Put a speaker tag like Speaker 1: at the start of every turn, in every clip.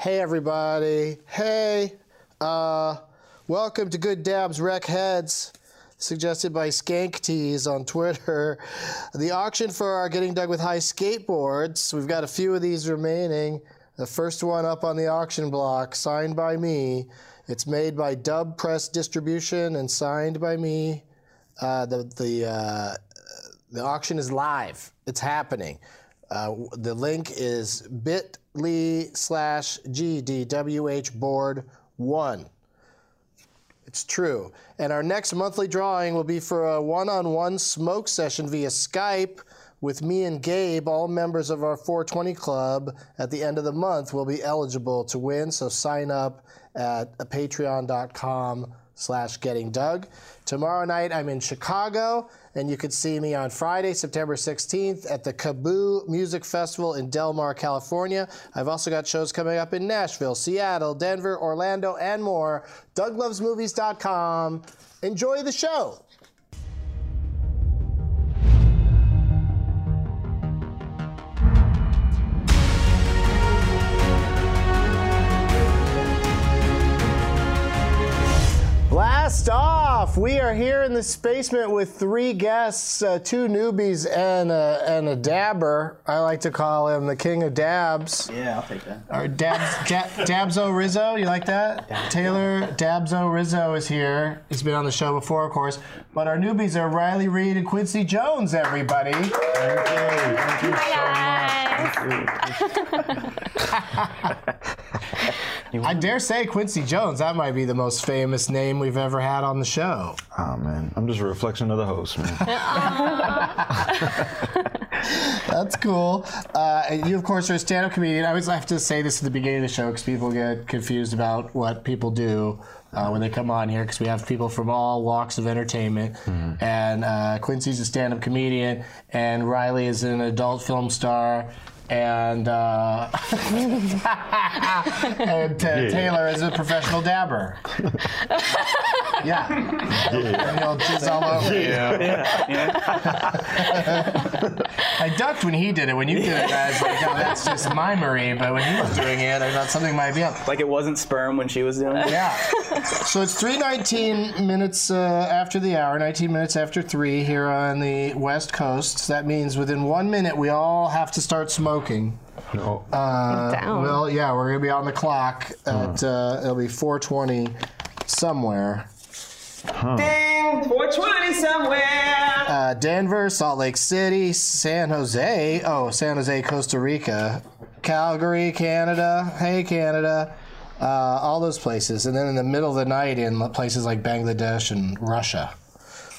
Speaker 1: Hey, everybody. Hey. Uh, welcome to Good Dabs Wreck Heads, suggested by Skank Tees on Twitter. The auction for our Getting Dug with High skateboards. We've got a few of these remaining. The first one up on the auction block, signed by me. It's made by Dub Press Distribution and signed by me. Uh, the the uh, the auction is live. It's happening. Uh, w- the link is bit.ly slash GDWH board one. It's true. And our next monthly drawing will be for a one on one smoke session via Skype with me and Gabe. All members of our 420 club at the end of the month will be eligible to win. So sign up at patreon.com slash getting Doug. Tomorrow night I'm in Chicago, and you could see me on Friday, September 16th at the Kaboo Music Festival in Del Mar, California. I've also got shows coming up in Nashville, Seattle, Denver, Orlando, and more. DougLovesMovies.com. Enjoy the show. Blast off! We are here in the basement with three guests, uh, two newbies, and a, and a dabber. I like to call him the king of dabs.
Speaker 2: Yeah, I'll take that.
Speaker 1: Or dabs, ja, Dabzo Rizzo. You like that? Taylor Dabzo Rizzo is here. He's been on the show before, of course. But our newbies are Riley Reed and Quincy Jones. Everybody. I dare say Quincy Jones. That might be the most famous name we've ever had on the show.
Speaker 3: Oh man, I'm just a reflection of the host, man.
Speaker 1: That's cool. Uh, and you, of course, are a stand-up comedian. I always have to say this at the beginning of the show because people get confused about what people do uh, when they come on here because we have people from all walks of entertainment. And uh, Quincy's a stand-up comedian, and Riley is an adult film star. And uh, and Ta- Taylor is a professional dabber. yeah. And he'll jizz all over you. I ducked when he did it. When you did it, I was like, oh, that's just mimery. But when he was doing it, I thought something might be up.
Speaker 2: Like it wasn't sperm when she was doing it.
Speaker 1: Yeah. so it's 319 minutes uh, after the hour, 19 minutes after 3 here on the West Coast. That means within one minute, we all have to start smoking.
Speaker 3: no.
Speaker 1: Uh,
Speaker 4: Down.
Speaker 1: Well, yeah, we're going to be on the clock. At, uh, it'll be 420 somewhere.
Speaker 5: Ding! 420 somewhere!
Speaker 1: Uh, Denver, Salt Lake City, San Jose. Oh, San Jose, Costa Rica, Calgary, Canada. Hey, Canada. Uh, all those places. And then in the middle of the night in places like Bangladesh and Russia.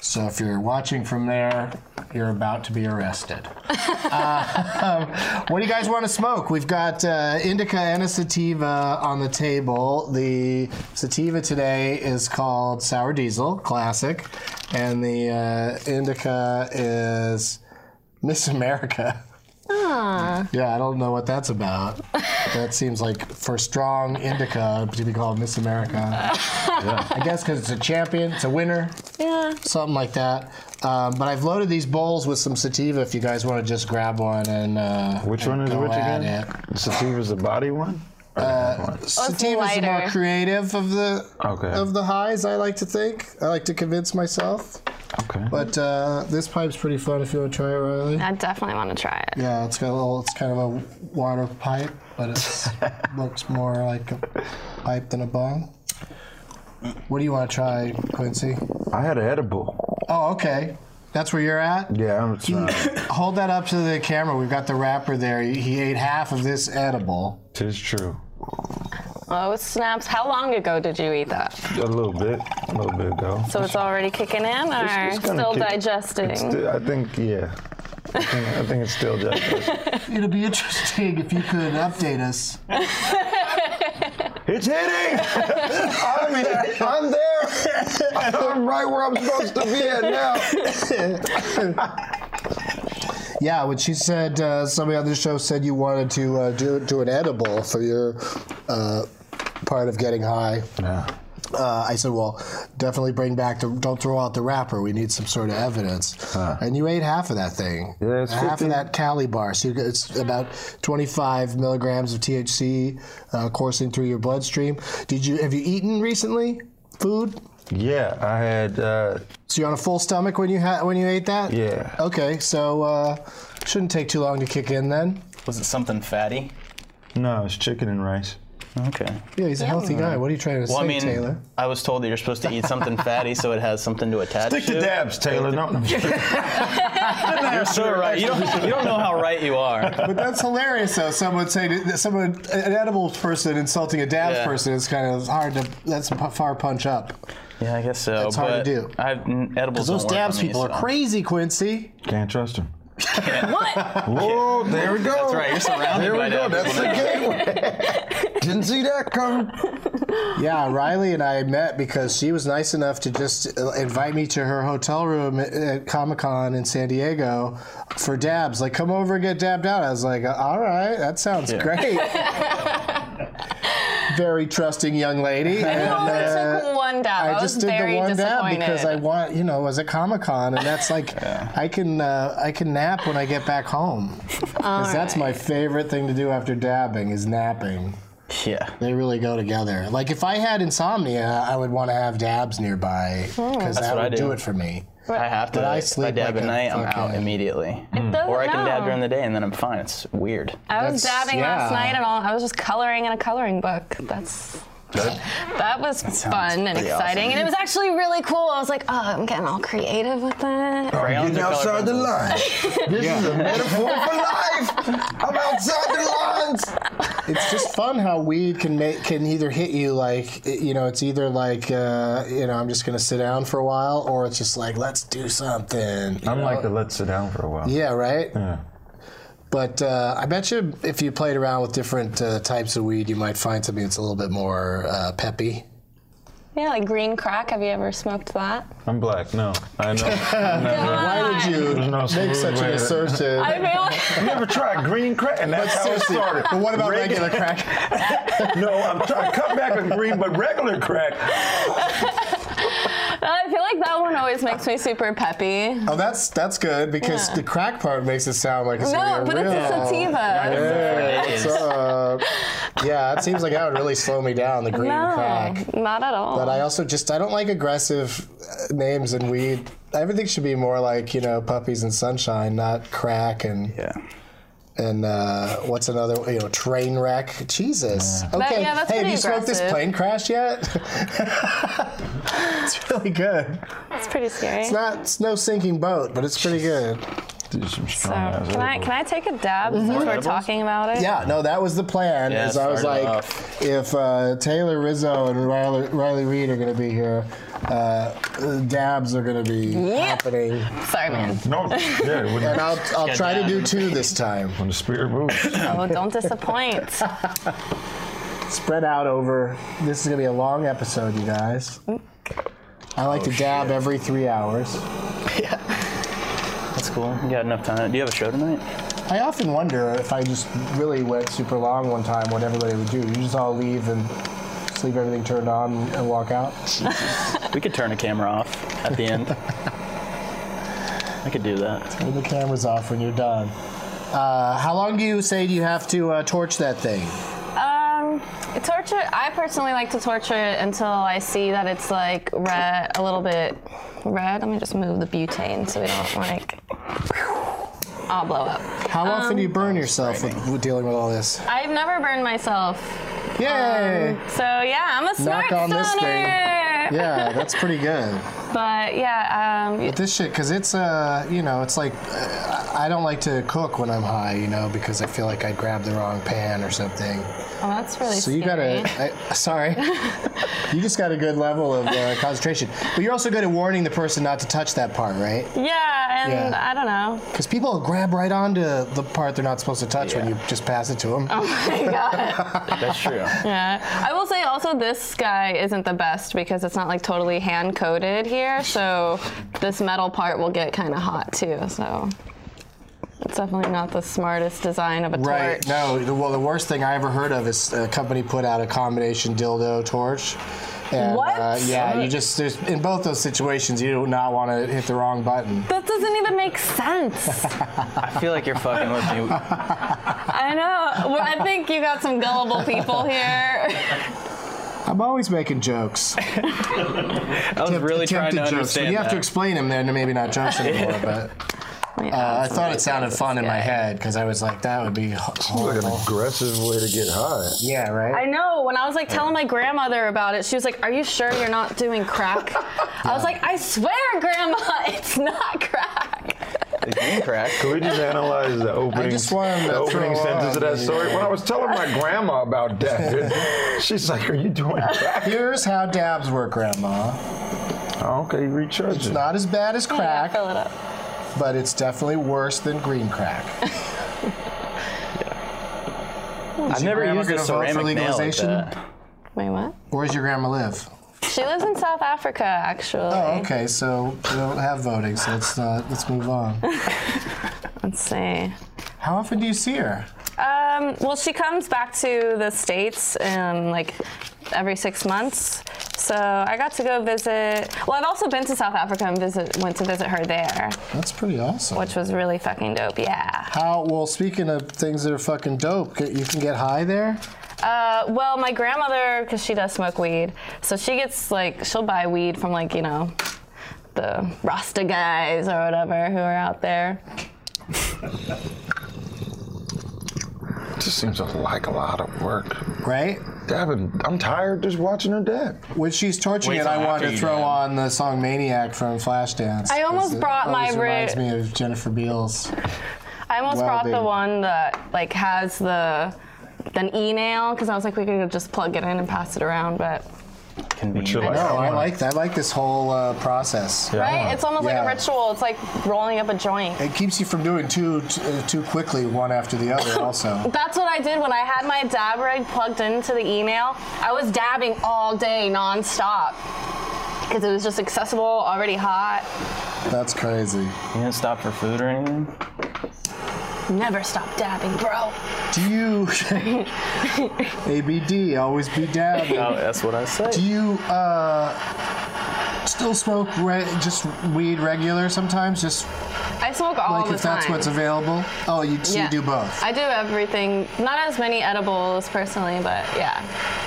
Speaker 1: So if you're watching from there, you're about to be arrested. Uh, um, what do you guys want to smoke? We've got uh, indica and a sativa on the table. The sativa today is called Sour Diesel, classic, and the uh, indica is Miss America. Yeah, I don't know what that's about. that seems like for strong indica to be called Miss America. I guess because it's a champion, it's a winner
Speaker 4: Yeah.
Speaker 1: something like that. Um, but I've loaded these bowls with some sativa. If you guys want to just grab one and uh,
Speaker 3: Which
Speaker 1: and
Speaker 3: one is
Speaker 1: go
Speaker 3: which
Speaker 1: at
Speaker 3: again? Sativa's the body one. Or the head one?
Speaker 1: It. Sativa is the more
Speaker 4: lighter.
Speaker 1: creative of the
Speaker 3: Okay.
Speaker 1: of the highs. I like to think. I like to convince myself.
Speaker 3: Okay.
Speaker 1: But uh, this pipe's pretty fun if you want to try it, Riley.
Speaker 4: I definitely want to try it.
Speaker 1: Yeah, it's got a little. It's kind of a water pipe, but it looks more like a pipe than a bong. What do you want to try, Quincy?
Speaker 3: I had an edible.
Speaker 1: Oh, okay. That's where you're at.
Speaker 3: Yeah, I'm trying.
Speaker 1: Hold that up to the camera. We've got the wrapper there. He- He ate half of this edible.
Speaker 3: Tis true.
Speaker 4: Oh, snaps. How long ago did you eat that?
Speaker 3: A little bit, a little bit ago.
Speaker 4: So it's already kicking in or
Speaker 3: It's- it's gonna
Speaker 4: still
Speaker 3: kick-
Speaker 4: digesting?
Speaker 3: It's still- I think, yeah. I think, I think it's still just.
Speaker 1: It'll be interesting if you could update us
Speaker 3: It's hitting! I'm, I'm there! And I'm right where I'm supposed to be at now.
Speaker 1: Yeah, when she said uh, somebody on the show said you wanted to uh, do do an edible for your uh, part of getting high.
Speaker 3: yeah.
Speaker 1: Uh, I said, well, definitely bring back the. Don't throw out the wrapper. We need some sort of evidence. And you ate half of that thing.
Speaker 3: Yeah, it's
Speaker 1: half
Speaker 3: 15
Speaker 1: of that Cali bar. So you got- it's about 25 milligrams of THC uh, coursing through your bloodstream. Did you have you eaten recently? Food.
Speaker 3: Yeah, I had, uh,
Speaker 1: So you're on a full stomach when you had when you ate that.
Speaker 3: yeah.
Speaker 1: Okay, so uh, shouldn't take too long to kick in then.
Speaker 2: Was it something fatty?
Speaker 3: No, it's chicken and rice.
Speaker 2: Okay.
Speaker 1: Yeah, he's a healthy guy. What are you trying to
Speaker 2: Well,
Speaker 1: say,
Speaker 2: I mean,
Speaker 1: Taylor?
Speaker 2: I was told that you're supposed to eat something fatty so it has something to attach
Speaker 3: Stick
Speaker 2: to.
Speaker 3: to dabs, Taylor. No, no,
Speaker 2: You're so right. You don't, you don't know how right you are.
Speaker 1: But that's hilarious, though. Someone saying that someone, an edible person insulting a dab
Speaker 2: Yeah.
Speaker 1: person is kind of hard to. That's a p- far punch up.
Speaker 2: Yeah, I guess so. That's
Speaker 1: hard to
Speaker 2: but
Speaker 1: do.
Speaker 2: I've, n- edibles
Speaker 1: Those
Speaker 2: don't work
Speaker 1: dabs
Speaker 2: on me,
Speaker 1: people
Speaker 2: so.
Speaker 1: are crazy, Quincy.
Speaker 3: Can't trust him.
Speaker 4: What?
Speaker 3: Whoa, there we go.
Speaker 2: That's right. You're surrounded
Speaker 3: There
Speaker 2: by
Speaker 3: we go.
Speaker 2: dab
Speaker 3: That's
Speaker 2: people
Speaker 3: the
Speaker 2: now.
Speaker 3: gateway. Didn't see that coming.
Speaker 1: Yeah, Riley and I met because she was nice enough to just uh, invite me to her hotel room at- at Comic Con in San Diego for dabs. Like, come over and get dabbed out. I was like, all right, that sounds great. Very trusting young lady.
Speaker 4: I
Speaker 1: and,
Speaker 4: only
Speaker 1: uh,
Speaker 4: took one dab. I,
Speaker 1: I
Speaker 4: was
Speaker 1: just did
Speaker 4: very
Speaker 1: the one dab
Speaker 4: disappointed.
Speaker 1: because I want, you know, as a Comic Con, and that's like, I can, uh, I can nap when I get back home, because that's my favorite thing to do after dabbing is napping.
Speaker 2: Yeah.
Speaker 1: They really go together. Like if I had insomnia, I would want to have dabs nearby
Speaker 4: Hmm.
Speaker 1: because that
Speaker 2: what I
Speaker 1: would do.
Speaker 2: do.
Speaker 1: it for me.
Speaker 2: I have to.
Speaker 1: But I
Speaker 2: if
Speaker 1: sleep
Speaker 2: dab
Speaker 1: like
Speaker 2: at
Speaker 1: a
Speaker 2: night, I'm out
Speaker 1: fucking-
Speaker 2: immediately. Hmm.
Speaker 4: doesn't
Speaker 2: Or I can dab
Speaker 4: know.
Speaker 2: during the day and then I'm fine. It's weird.
Speaker 4: I was
Speaker 1: That's-
Speaker 4: dabbing last
Speaker 1: yeah.
Speaker 4: night and all. I was just coloring in a coloring book. That's that was fun and
Speaker 2: pretty
Speaker 4: exciting, and it was actually really cool. I was like, oh, I'm getting all creative with it.
Speaker 1: Oh.
Speaker 2: Crayons
Speaker 3: Getting
Speaker 2: or
Speaker 3: outside
Speaker 2: colored
Speaker 3: the
Speaker 2: pencils?
Speaker 3: line. This is a metaphor for life. I'm outside the lines.
Speaker 1: It's just fun how weed can make can either hit you like it- you know it's either like uh, you know I'm just gonna sit down for a while or it's just like let's do something.
Speaker 3: I'm like the let's sit down for a while.
Speaker 1: Yeah, right.
Speaker 3: Yeah.
Speaker 1: But uh, I bet you if you played around with different uh, types of weed, you might find something that's a little bit more uh, peppy.
Speaker 4: Yeah, like green crack. Have you ever smoked that?
Speaker 3: I'm black. No, I know.
Speaker 1: Why did you
Speaker 3: There's no
Speaker 1: make
Speaker 3: smooth
Speaker 1: such an
Speaker 3: way to-
Speaker 1: assertion?
Speaker 4: I feel like
Speaker 3: you never tried green crack, and that's how it
Speaker 1: Seriously,
Speaker 3: started.
Speaker 1: but what about
Speaker 3: Reagan-
Speaker 1: regular crack?
Speaker 3: No, I'm trying to cut back on green, but regular crack.
Speaker 4: Uh, I feel like that one always makes me super peppy.
Speaker 1: Oh, that's that's good because
Speaker 4: Yeah.
Speaker 1: the crack part makes it sound like it's
Speaker 4: No,
Speaker 1: gonna be
Speaker 4: but
Speaker 1: a real.
Speaker 4: it's a sativa.
Speaker 1: Yeah,
Speaker 2: It is.
Speaker 1: what's up? yeah, it seems like that would really slow me down. The green crack.
Speaker 4: No, not at all.
Speaker 1: But I also just I don't like aggressive uh, names and weed. Everything should be more like you know puppies and sunshine, not crack and
Speaker 2: Yeah.
Speaker 1: and uh, what's another you know train wreck. Jesus.
Speaker 4: That-
Speaker 1: Okay.
Speaker 4: yeah, that's
Speaker 1: hey, have
Speaker 4: pretty
Speaker 1: you smoked this
Speaker 4: aggressive.
Speaker 1: plane crash yet? it's really good.
Speaker 4: it's pretty scary.
Speaker 1: It's not it's no sinking boat, but it's pretty good.
Speaker 3: Do some
Speaker 4: so,
Speaker 3: strong ass
Speaker 4: can I
Speaker 3: elbows.
Speaker 4: can I take a dab since we're talking about it?
Speaker 1: Mm-hmm. Yeah, no, that was the plan.
Speaker 2: Yeah,
Speaker 1: is I was
Speaker 2: start
Speaker 1: like,
Speaker 2: it off.
Speaker 1: if uh, Taylor Rizzo and Riley, Riley Reed are going to be here, uh, dabs are going to be happening.
Speaker 4: Sorry, man.
Speaker 3: No, yeah, when,
Speaker 1: And I'll, I'll
Speaker 2: Get
Speaker 1: try to
Speaker 2: down.
Speaker 1: do two this time.
Speaker 3: when the spirit moves.
Speaker 4: Oh, don't disappoint.
Speaker 1: Spread out over. This is going to be a long episode, you guys. I like to dab every three hours.
Speaker 2: That's cool. You got enough time. Do you have a show tonight?
Speaker 1: I often wonder if I just really went super long one time, what everybody would do. You just all leave and just leave everything turned on and walk out.
Speaker 2: We could turn the camera off at the end. I could do that.
Speaker 1: Turn the cameras off when you're done. Uh, how long do you say you have to uh, torch that thing?
Speaker 4: Um, torture. I personally like to torture it until I see that it's like red, a little bit red. Let me just move the butane so we don't like. I'll blow up.
Speaker 1: How often do you burn yourself with, with dealing with all this?
Speaker 4: I've never burned myself,
Speaker 1: Yay!
Speaker 4: so yeah, I'm a smart
Speaker 1: Knock on this thing.
Speaker 4: stoner.
Speaker 1: yeah, that's pretty good.
Speaker 4: But yeah, um,
Speaker 1: But this shit, because it's, uh, you know, it's like, uh, I don't like to cook when I'm high, you know, because I feel like I grabbed the wrong pan or something.
Speaker 4: oh, that's really.
Speaker 1: So you got
Speaker 4: scary.
Speaker 1: a, I, sorry, you just got a good level of uh, concentration. But you're also good at warning the person not to touch that part, right?
Speaker 4: Yeah, and
Speaker 1: Yeah.
Speaker 4: I don't know.
Speaker 1: Because people grab right onto the part they're not supposed to touch when you just pass it to them.
Speaker 4: Oh my god.
Speaker 2: That's true.
Speaker 4: Yeah. I will say also this guy isn't the best because it's not like totally hand coated here, so this metal part will get kind of hot too. So it's definitely not the smartest design of a
Speaker 1: Right.
Speaker 4: torch.
Speaker 1: No. the- Well, the worst thing I ever heard of is a company put out a combination dildo torch. And,
Speaker 4: What?
Speaker 1: Uh, yeah. You just there's in both those situations you do not want to hit the wrong button.
Speaker 4: That doesn't even make sense.
Speaker 2: I feel like you're fucking with me.
Speaker 4: I know. Well, I think you got some gullible people here.
Speaker 1: I'm always making jokes.
Speaker 2: I was really trying
Speaker 1: Attempted
Speaker 2: to
Speaker 1: jokes.
Speaker 2: understand
Speaker 1: When you have
Speaker 2: that.
Speaker 1: to explain them, then maybe not jokes anymore. But uh, I thought it sounded fun in my head because I was like, that would be ho-
Speaker 3: Like an
Speaker 1: horrible.
Speaker 3: aggressive way to get high.
Speaker 1: Yeah. Right.
Speaker 4: I know. When I was like telling my grandmother about it, she was like, "Are you sure you're not doing crack?" I was like, "I swear, grandma, it's not crack."
Speaker 2: It didn't crack.
Speaker 3: Can we just analyze the opening,
Speaker 1: just wanted to
Speaker 3: the opening
Speaker 1: throw
Speaker 3: sentence of that
Speaker 1: on the-
Speaker 3: story? When I was telling my grandma about death, she's like, "Are you doing crack?"
Speaker 1: Here's how dabs work, Grandma.
Speaker 3: Oh, okay, recharge it.
Speaker 1: Not as bad as crack,
Speaker 4: Fill it up.
Speaker 1: but it's definitely worse than green crack.
Speaker 2: I've never
Speaker 1: grandma
Speaker 2: used a
Speaker 1: gonna vote for
Speaker 2: ceramic nail like
Speaker 1: legalization?
Speaker 2: that.
Speaker 4: Wait, what?
Speaker 1: Where does your grandma live?
Speaker 4: She lives in South Africa, actually.
Speaker 1: Oh, okay, so we don't have voting, so let's not, let's move on.
Speaker 4: Let's see.
Speaker 1: How often do you see her?
Speaker 4: Um, well, she comes back to the States um, like every six months. So I got to go visit. Well, I've also been to South Africa and visit, went to visit her there,
Speaker 1: That's pretty awesome.
Speaker 4: which was really fucking dope. Yeah.
Speaker 1: How? Well, speaking of things that are fucking dope, ca- you can get high there.
Speaker 4: Uh, well, my grandmother, because she does smoke weed, so she gets like, she'll buy weed from like, you know, the Rasta guys or whatever who are out there.
Speaker 3: just seems like a lot of work.
Speaker 1: Right?
Speaker 3: Dabbing, I'm tired just watching her dab.
Speaker 1: When she's torching
Speaker 2: Wait
Speaker 1: it,
Speaker 2: till
Speaker 1: I
Speaker 2: after
Speaker 1: wanted to
Speaker 2: you
Speaker 1: throw
Speaker 2: dab.
Speaker 1: on the song "Maniac" from Flashdance.
Speaker 4: I almost
Speaker 1: 'cause it
Speaker 4: brought my
Speaker 1: always
Speaker 4: ri-
Speaker 1: Reminds me of Jennifer Beals.
Speaker 4: I almost
Speaker 1: Wow,
Speaker 4: brought the
Speaker 1: baby.
Speaker 4: one that like has the an e nail because I was like we could just plug it in and pass it around, but
Speaker 2: Convenient.
Speaker 3: like,
Speaker 1: No,
Speaker 3: Oh, I
Speaker 1: I
Speaker 3: wanna-
Speaker 1: like that. I like this whole uh, process.
Speaker 4: right? It's almost
Speaker 1: Yeah.
Speaker 4: like a ritual. It's like rolling up a joint.
Speaker 1: It keeps you from doing too t- uh, too quickly, one after the other. Also,
Speaker 4: That's what I did when I had my dab rig plugged into the e nail. I was dabbing all day nonstop because it was just accessible, already hot.
Speaker 1: that's crazy.
Speaker 2: You didn't stop for food or anything?
Speaker 4: Never stop dabbing, bro.
Speaker 1: Do you ABD always be dabbing?
Speaker 2: Oh, that's what I said.
Speaker 1: Do you uh, still smoke re- just weed regular sometimes? Just
Speaker 4: I smoke all
Speaker 1: like
Speaker 4: the
Speaker 1: if that's
Speaker 4: time.
Speaker 1: what's available? Oh, you, so you do both.
Speaker 4: I do everything. Not as many edibles personally, but yeah.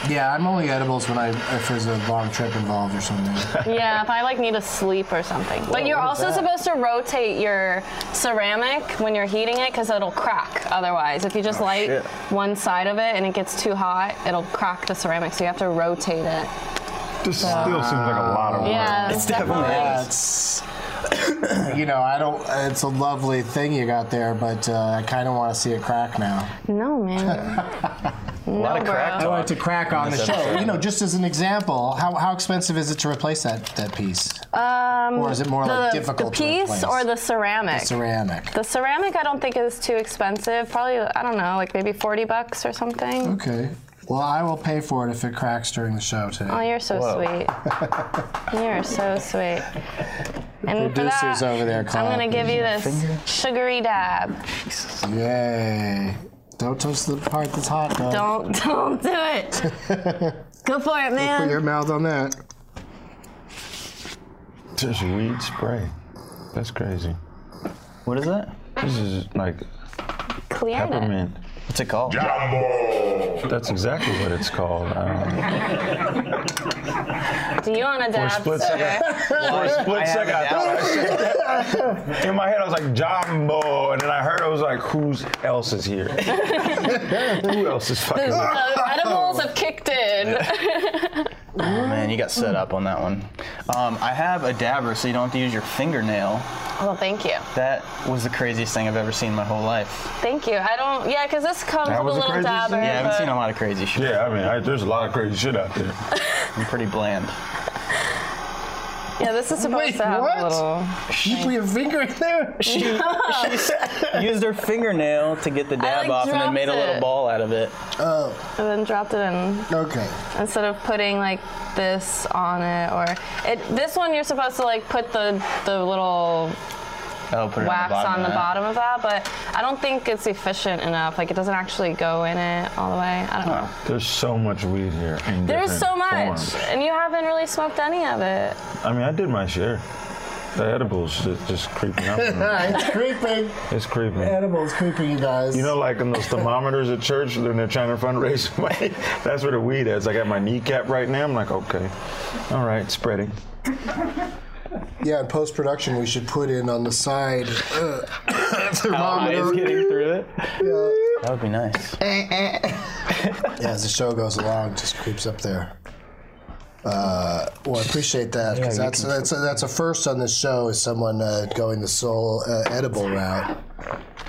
Speaker 1: yeah, I'm only edibles when I if there's a long trip involved or something.
Speaker 4: Yeah, if I like need a sleep or something. But you're
Speaker 1: what is
Speaker 4: also
Speaker 1: that?
Speaker 4: supposed to rotate your ceramic when you're heating it because it'll crack otherwise. If you
Speaker 1: Oh,
Speaker 4: just light
Speaker 2: shit.
Speaker 4: one side of it and it gets too hot, ittle crack the ceramic. So you have to rotate it.
Speaker 3: This still seems like a
Speaker 1: Oh,
Speaker 3: lot of work.
Speaker 4: Yeah,
Speaker 2: It's definitely
Speaker 4: definitely.
Speaker 1: That's you know I don't. It's a lovely thing you got there, but uh, I kind of want to see it crack now.
Speaker 4: No, man.
Speaker 2: a lot of
Speaker 4: bro.
Speaker 2: crack
Speaker 4: I
Speaker 1: I
Speaker 2: talk.
Speaker 1: wanted to crack on the
Speaker 2: This
Speaker 1: show.
Speaker 2: episode.
Speaker 1: You know, just as an example, how, how expensive is it to replace that, that piece?
Speaker 4: Um,
Speaker 1: Or is it more like
Speaker 4: the, the
Speaker 1: difficult to
Speaker 4: piece
Speaker 1: replace?
Speaker 4: or the ceramic?
Speaker 1: ceramic?
Speaker 4: the ceramic I don't think is too expensive. Probably I don't know, like maybe 40 bucks or something.
Speaker 1: Okay. Well, I will pay for it if it cracks during the show today.
Speaker 4: Oh, you're so sweet. you're so sweet. And for
Speaker 1: Producers
Speaker 4: that,
Speaker 1: over there
Speaker 4: I'm gonna
Speaker 1: clapping.
Speaker 4: give you this sugary dab.
Speaker 1: Yay. Don't touch the part that's hot, though.
Speaker 4: Don't don't do it. Go for it,
Speaker 1: Put
Speaker 4: man.
Speaker 1: your mouth on that.
Speaker 3: This is weed spray. That's crazy.
Speaker 2: What is that?
Speaker 3: This is like
Speaker 4: Clear
Speaker 3: peppermint.
Speaker 2: What's it called?
Speaker 3: That's exactly what it's called. I
Speaker 4: it. Do you want a
Speaker 3: don't know. For a
Speaker 4: dab,
Speaker 3: split
Speaker 4: sir?
Speaker 3: second, for a
Speaker 2: I
Speaker 3: split
Speaker 2: have
Speaker 3: second,
Speaker 2: a
Speaker 3: I thought I said that. In my head, I was like, Jumbo. And then I heard, I was like, who else is here? who else is fucking here?
Speaker 4: The edibles have kicked in.
Speaker 2: Oh, man, you got set up on that one. Um, I have a dabber, so you don't have to use your fingernail.
Speaker 4: Well, thank you,
Speaker 2: That was the craziest thing I've ever seen in my whole life.
Speaker 4: thank you. I don't, yeah, because this comes
Speaker 3: That
Speaker 4: with
Speaker 3: was the
Speaker 4: a little
Speaker 3: craziest
Speaker 4: dabber.
Speaker 3: thing?
Speaker 2: Yeah, I haven't
Speaker 4: but-
Speaker 2: seen a lot of crazy shit.
Speaker 3: Yeah, I mean, I, there's a lot of crazy shit out there.
Speaker 2: I'm pretty bland.
Speaker 4: Yeah, this is supposed
Speaker 1: Wait,
Speaker 4: to have
Speaker 1: what?
Speaker 4: a little.
Speaker 1: You put your finger in there?
Speaker 2: She, she used her fingernail to get the dab
Speaker 4: like,
Speaker 2: off and then
Speaker 4: dropped
Speaker 2: made a little
Speaker 4: it.
Speaker 2: ball out of it.
Speaker 1: Oh,
Speaker 4: And then dropped it in
Speaker 1: okay.
Speaker 4: instead of putting like this on it or it. This one you're supposed to like put the the little
Speaker 2: Oh, put it
Speaker 4: wax on
Speaker 2: of
Speaker 4: the
Speaker 2: that.
Speaker 4: bottom of that, but I don't think it's efficient enough. Like it doesn't actually go in it all the way. I don't know.
Speaker 3: There's so much weed here. in
Speaker 4: There's
Speaker 3: different
Speaker 4: so much,
Speaker 3: forms.
Speaker 4: and you haven't really smoked any of it.
Speaker 3: I mean, I did my share. The edibles ju- just creeping up. on me.
Speaker 1: it's creeping.
Speaker 3: it's creeping.
Speaker 1: Animals creeping, you guys.
Speaker 3: You know, like in those thermometers at church when they're trying to fundraise money. That's where the weed is. I got my kneecap right now. I'm like, okay, all right, spreading.
Speaker 1: yeah, in post production, we should put in on the side uh,
Speaker 2: Eyes
Speaker 1: thermometer.
Speaker 2: getting through it.
Speaker 1: Yeah.
Speaker 2: That would be nice.
Speaker 1: Yeah, as the show goes along, it just creeps up there. Uh, well, I appreciate that because
Speaker 3: you
Speaker 1: that's that's a, that's a first on this show is someone uh, going the sole uh, edible route,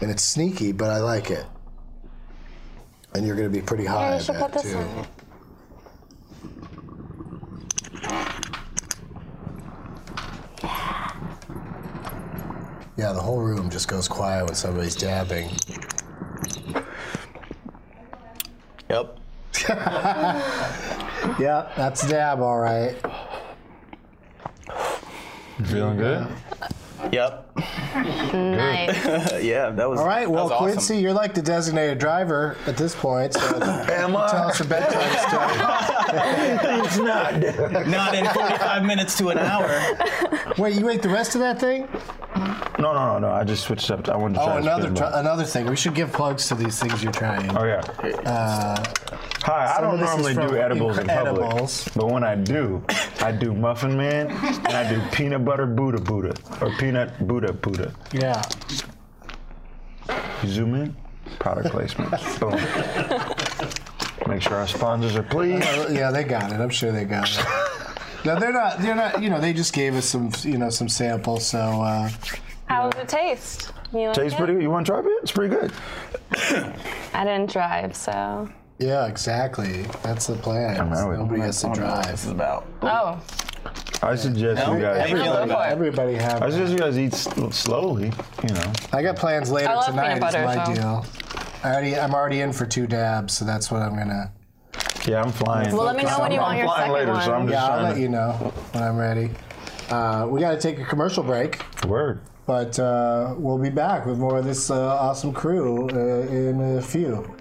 Speaker 1: and it's sneaky, but I like it. And you're going to be pretty high.
Speaker 4: Yeah,
Speaker 1: at
Speaker 4: you should
Speaker 1: that,
Speaker 4: put this
Speaker 1: too.
Speaker 4: on it.
Speaker 1: Yeah, the whole room just goes quiet when somebody's dabbing.
Speaker 2: Yep.
Speaker 1: Yeah, that's dab, all right.
Speaker 3: You feeling good?
Speaker 2: Yep.
Speaker 4: Nice.
Speaker 2: yeah, that was.
Speaker 1: All right, well,
Speaker 2: that was
Speaker 1: Quincy, you're like the designated driver at this point, so
Speaker 3: Am
Speaker 1: tell
Speaker 3: I?
Speaker 1: us a bedtime story.
Speaker 3: It's not.
Speaker 2: awesome. Not in 45 minutes to an hour.
Speaker 1: Wait, you ate the rest of that thing?
Speaker 3: No, no, no, no. I just switched up. I wanted to
Speaker 1: Oh,
Speaker 3: try this
Speaker 1: another
Speaker 3: good
Speaker 1: tr-
Speaker 3: one.
Speaker 1: another thing. We should give plugs to these things you're trying.
Speaker 3: Oh yeah. Hi, I
Speaker 1: Uh, some of
Speaker 3: don't
Speaker 1: this is
Speaker 3: normally
Speaker 1: from
Speaker 3: do edibles in
Speaker 1: incre-
Speaker 3: public,
Speaker 1: edibles.
Speaker 3: but when I do, I do Muffin Man and I do Peanut Butter Buddha Buddha or Peanut Buddha Buddha.
Speaker 1: Yeah.
Speaker 3: You zoom in, product placement. Boom. Make sure our sponsors are pleased.
Speaker 1: Yeah, they got it. I'm sure they got it. No, they're not. They're not. You know, they just gave us some. You know, some samples. So uh,
Speaker 4: How does it taste? You like
Speaker 3: Tastes
Speaker 4: it?
Speaker 3: pretty good. You want to try it? It's pretty good.
Speaker 4: I didn't drive, so.
Speaker 1: yeah, exactly. That's the plan.
Speaker 3: I'm out with-
Speaker 1: Nobody has to
Speaker 2: I don't know what this
Speaker 1: drive.
Speaker 2: is about.
Speaker 4: Oh,
Speaker 3: I suggest
Speaker 2: No?
Speaker 3: you guys.
Speaker 2: Every-
Speaker 4: I'll go for it.
Speaker 1: Everybody have.
Speaker 3: I
Speaker 1: it.
Speaker 3: suggest you guys eat s- slowly. You know.
Speaker 1: I got plans later
Speaker 4: I love
Speaker 1: tonight.
Speaker 4: peanut butter,
Speaker 1: is my
Speaker 4: so-
Speaker 1: deal. I already. I'm already in for two dabs, so that's what I'm gonna.
Speaker 3: Yeah, I'm flying.
Speaker 4: Well, let me know when you
Speaker 3: I'm
Speaker 4: want your
Speaker 3: flying
Speaker 4: second
Speaker 3: later, so
Speaker 4: one.
Speaker 3: I'm just
Speaker 1: Yeah, I'll
Speaker 3: trying
Speaker 1: let
Speaker 3: to.
Speaker 1: you know when I'm ready. Uh, we got to take a commercial break.
Speaker 3: Word.
Speaker 1: But uh, we'll be back with more of this uh, awesome crew uh, in a few.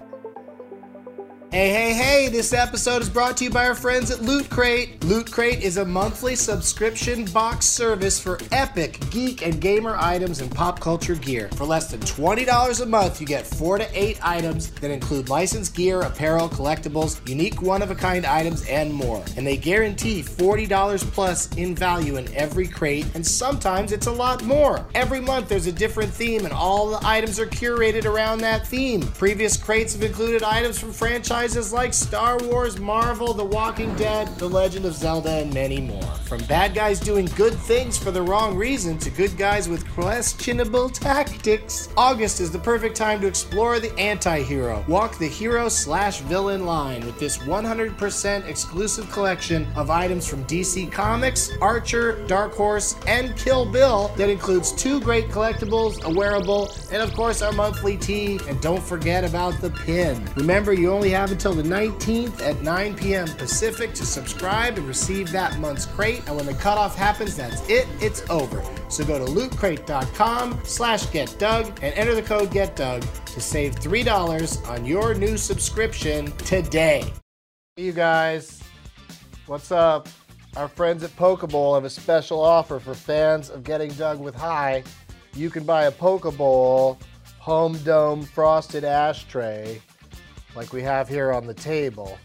Speaker 1: Hey, hey, hey! This episode is brought to you by our friends at Loot Crate. Loot Crate is a monthly subscription box service for epic geek and gamer items and pop culture gear. For less than $20 a month, you get four to eight items that include licensed gear, apparel, collectibles, unique one of a kind items, and more. And they guarantee $40 plus in value in every crate, and sometimes it's a lot more. Every month, there's a different theme, and all the items are curated around that theme. Previous crates have included items from franchises like Star Wars, Marvel, The Walking Dead, The Legend of Zelda, and many more. From bad guys doing good things for the wrong reason to good guys with questionable tactics, August is the perfect time to explore the anti hero. Walk the hero slash villain line with this 100% exclusive collection of items from DC Comics, Archer, Dark Horse, and Kill Bill that includes two great collectibles, a wearable, and of course our monthly tea. And don't forget about the pin. Remember, you only have until the 19th at 9 p.m. Pacific to subscribe and receive that month's crate. And when the cutoff happens, that's it. It's over. So go to lootcrate.com slash getdug and enter the code getdug to save $3 on your new subscription today. Hey, you guys. What's up? Our friends at Pokeball have a special offer for fans of Getting Dug with High. You can buy a Pokeball home dome frosted ashtray like we have here on the table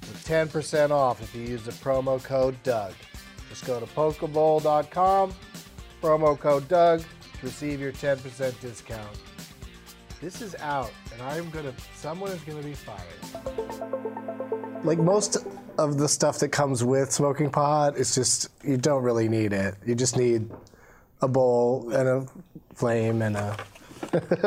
Speaker 1: with 10% off if you use the promo code Doug. Just go to pokeball.com, promo code Doug to receive your 10% discount. This is out, and I'm gonna. Someone is gonna be fired. Like most of the stuff that comes with smoking pot, it's just you don't really need it. You just need a bowl and a flame and a.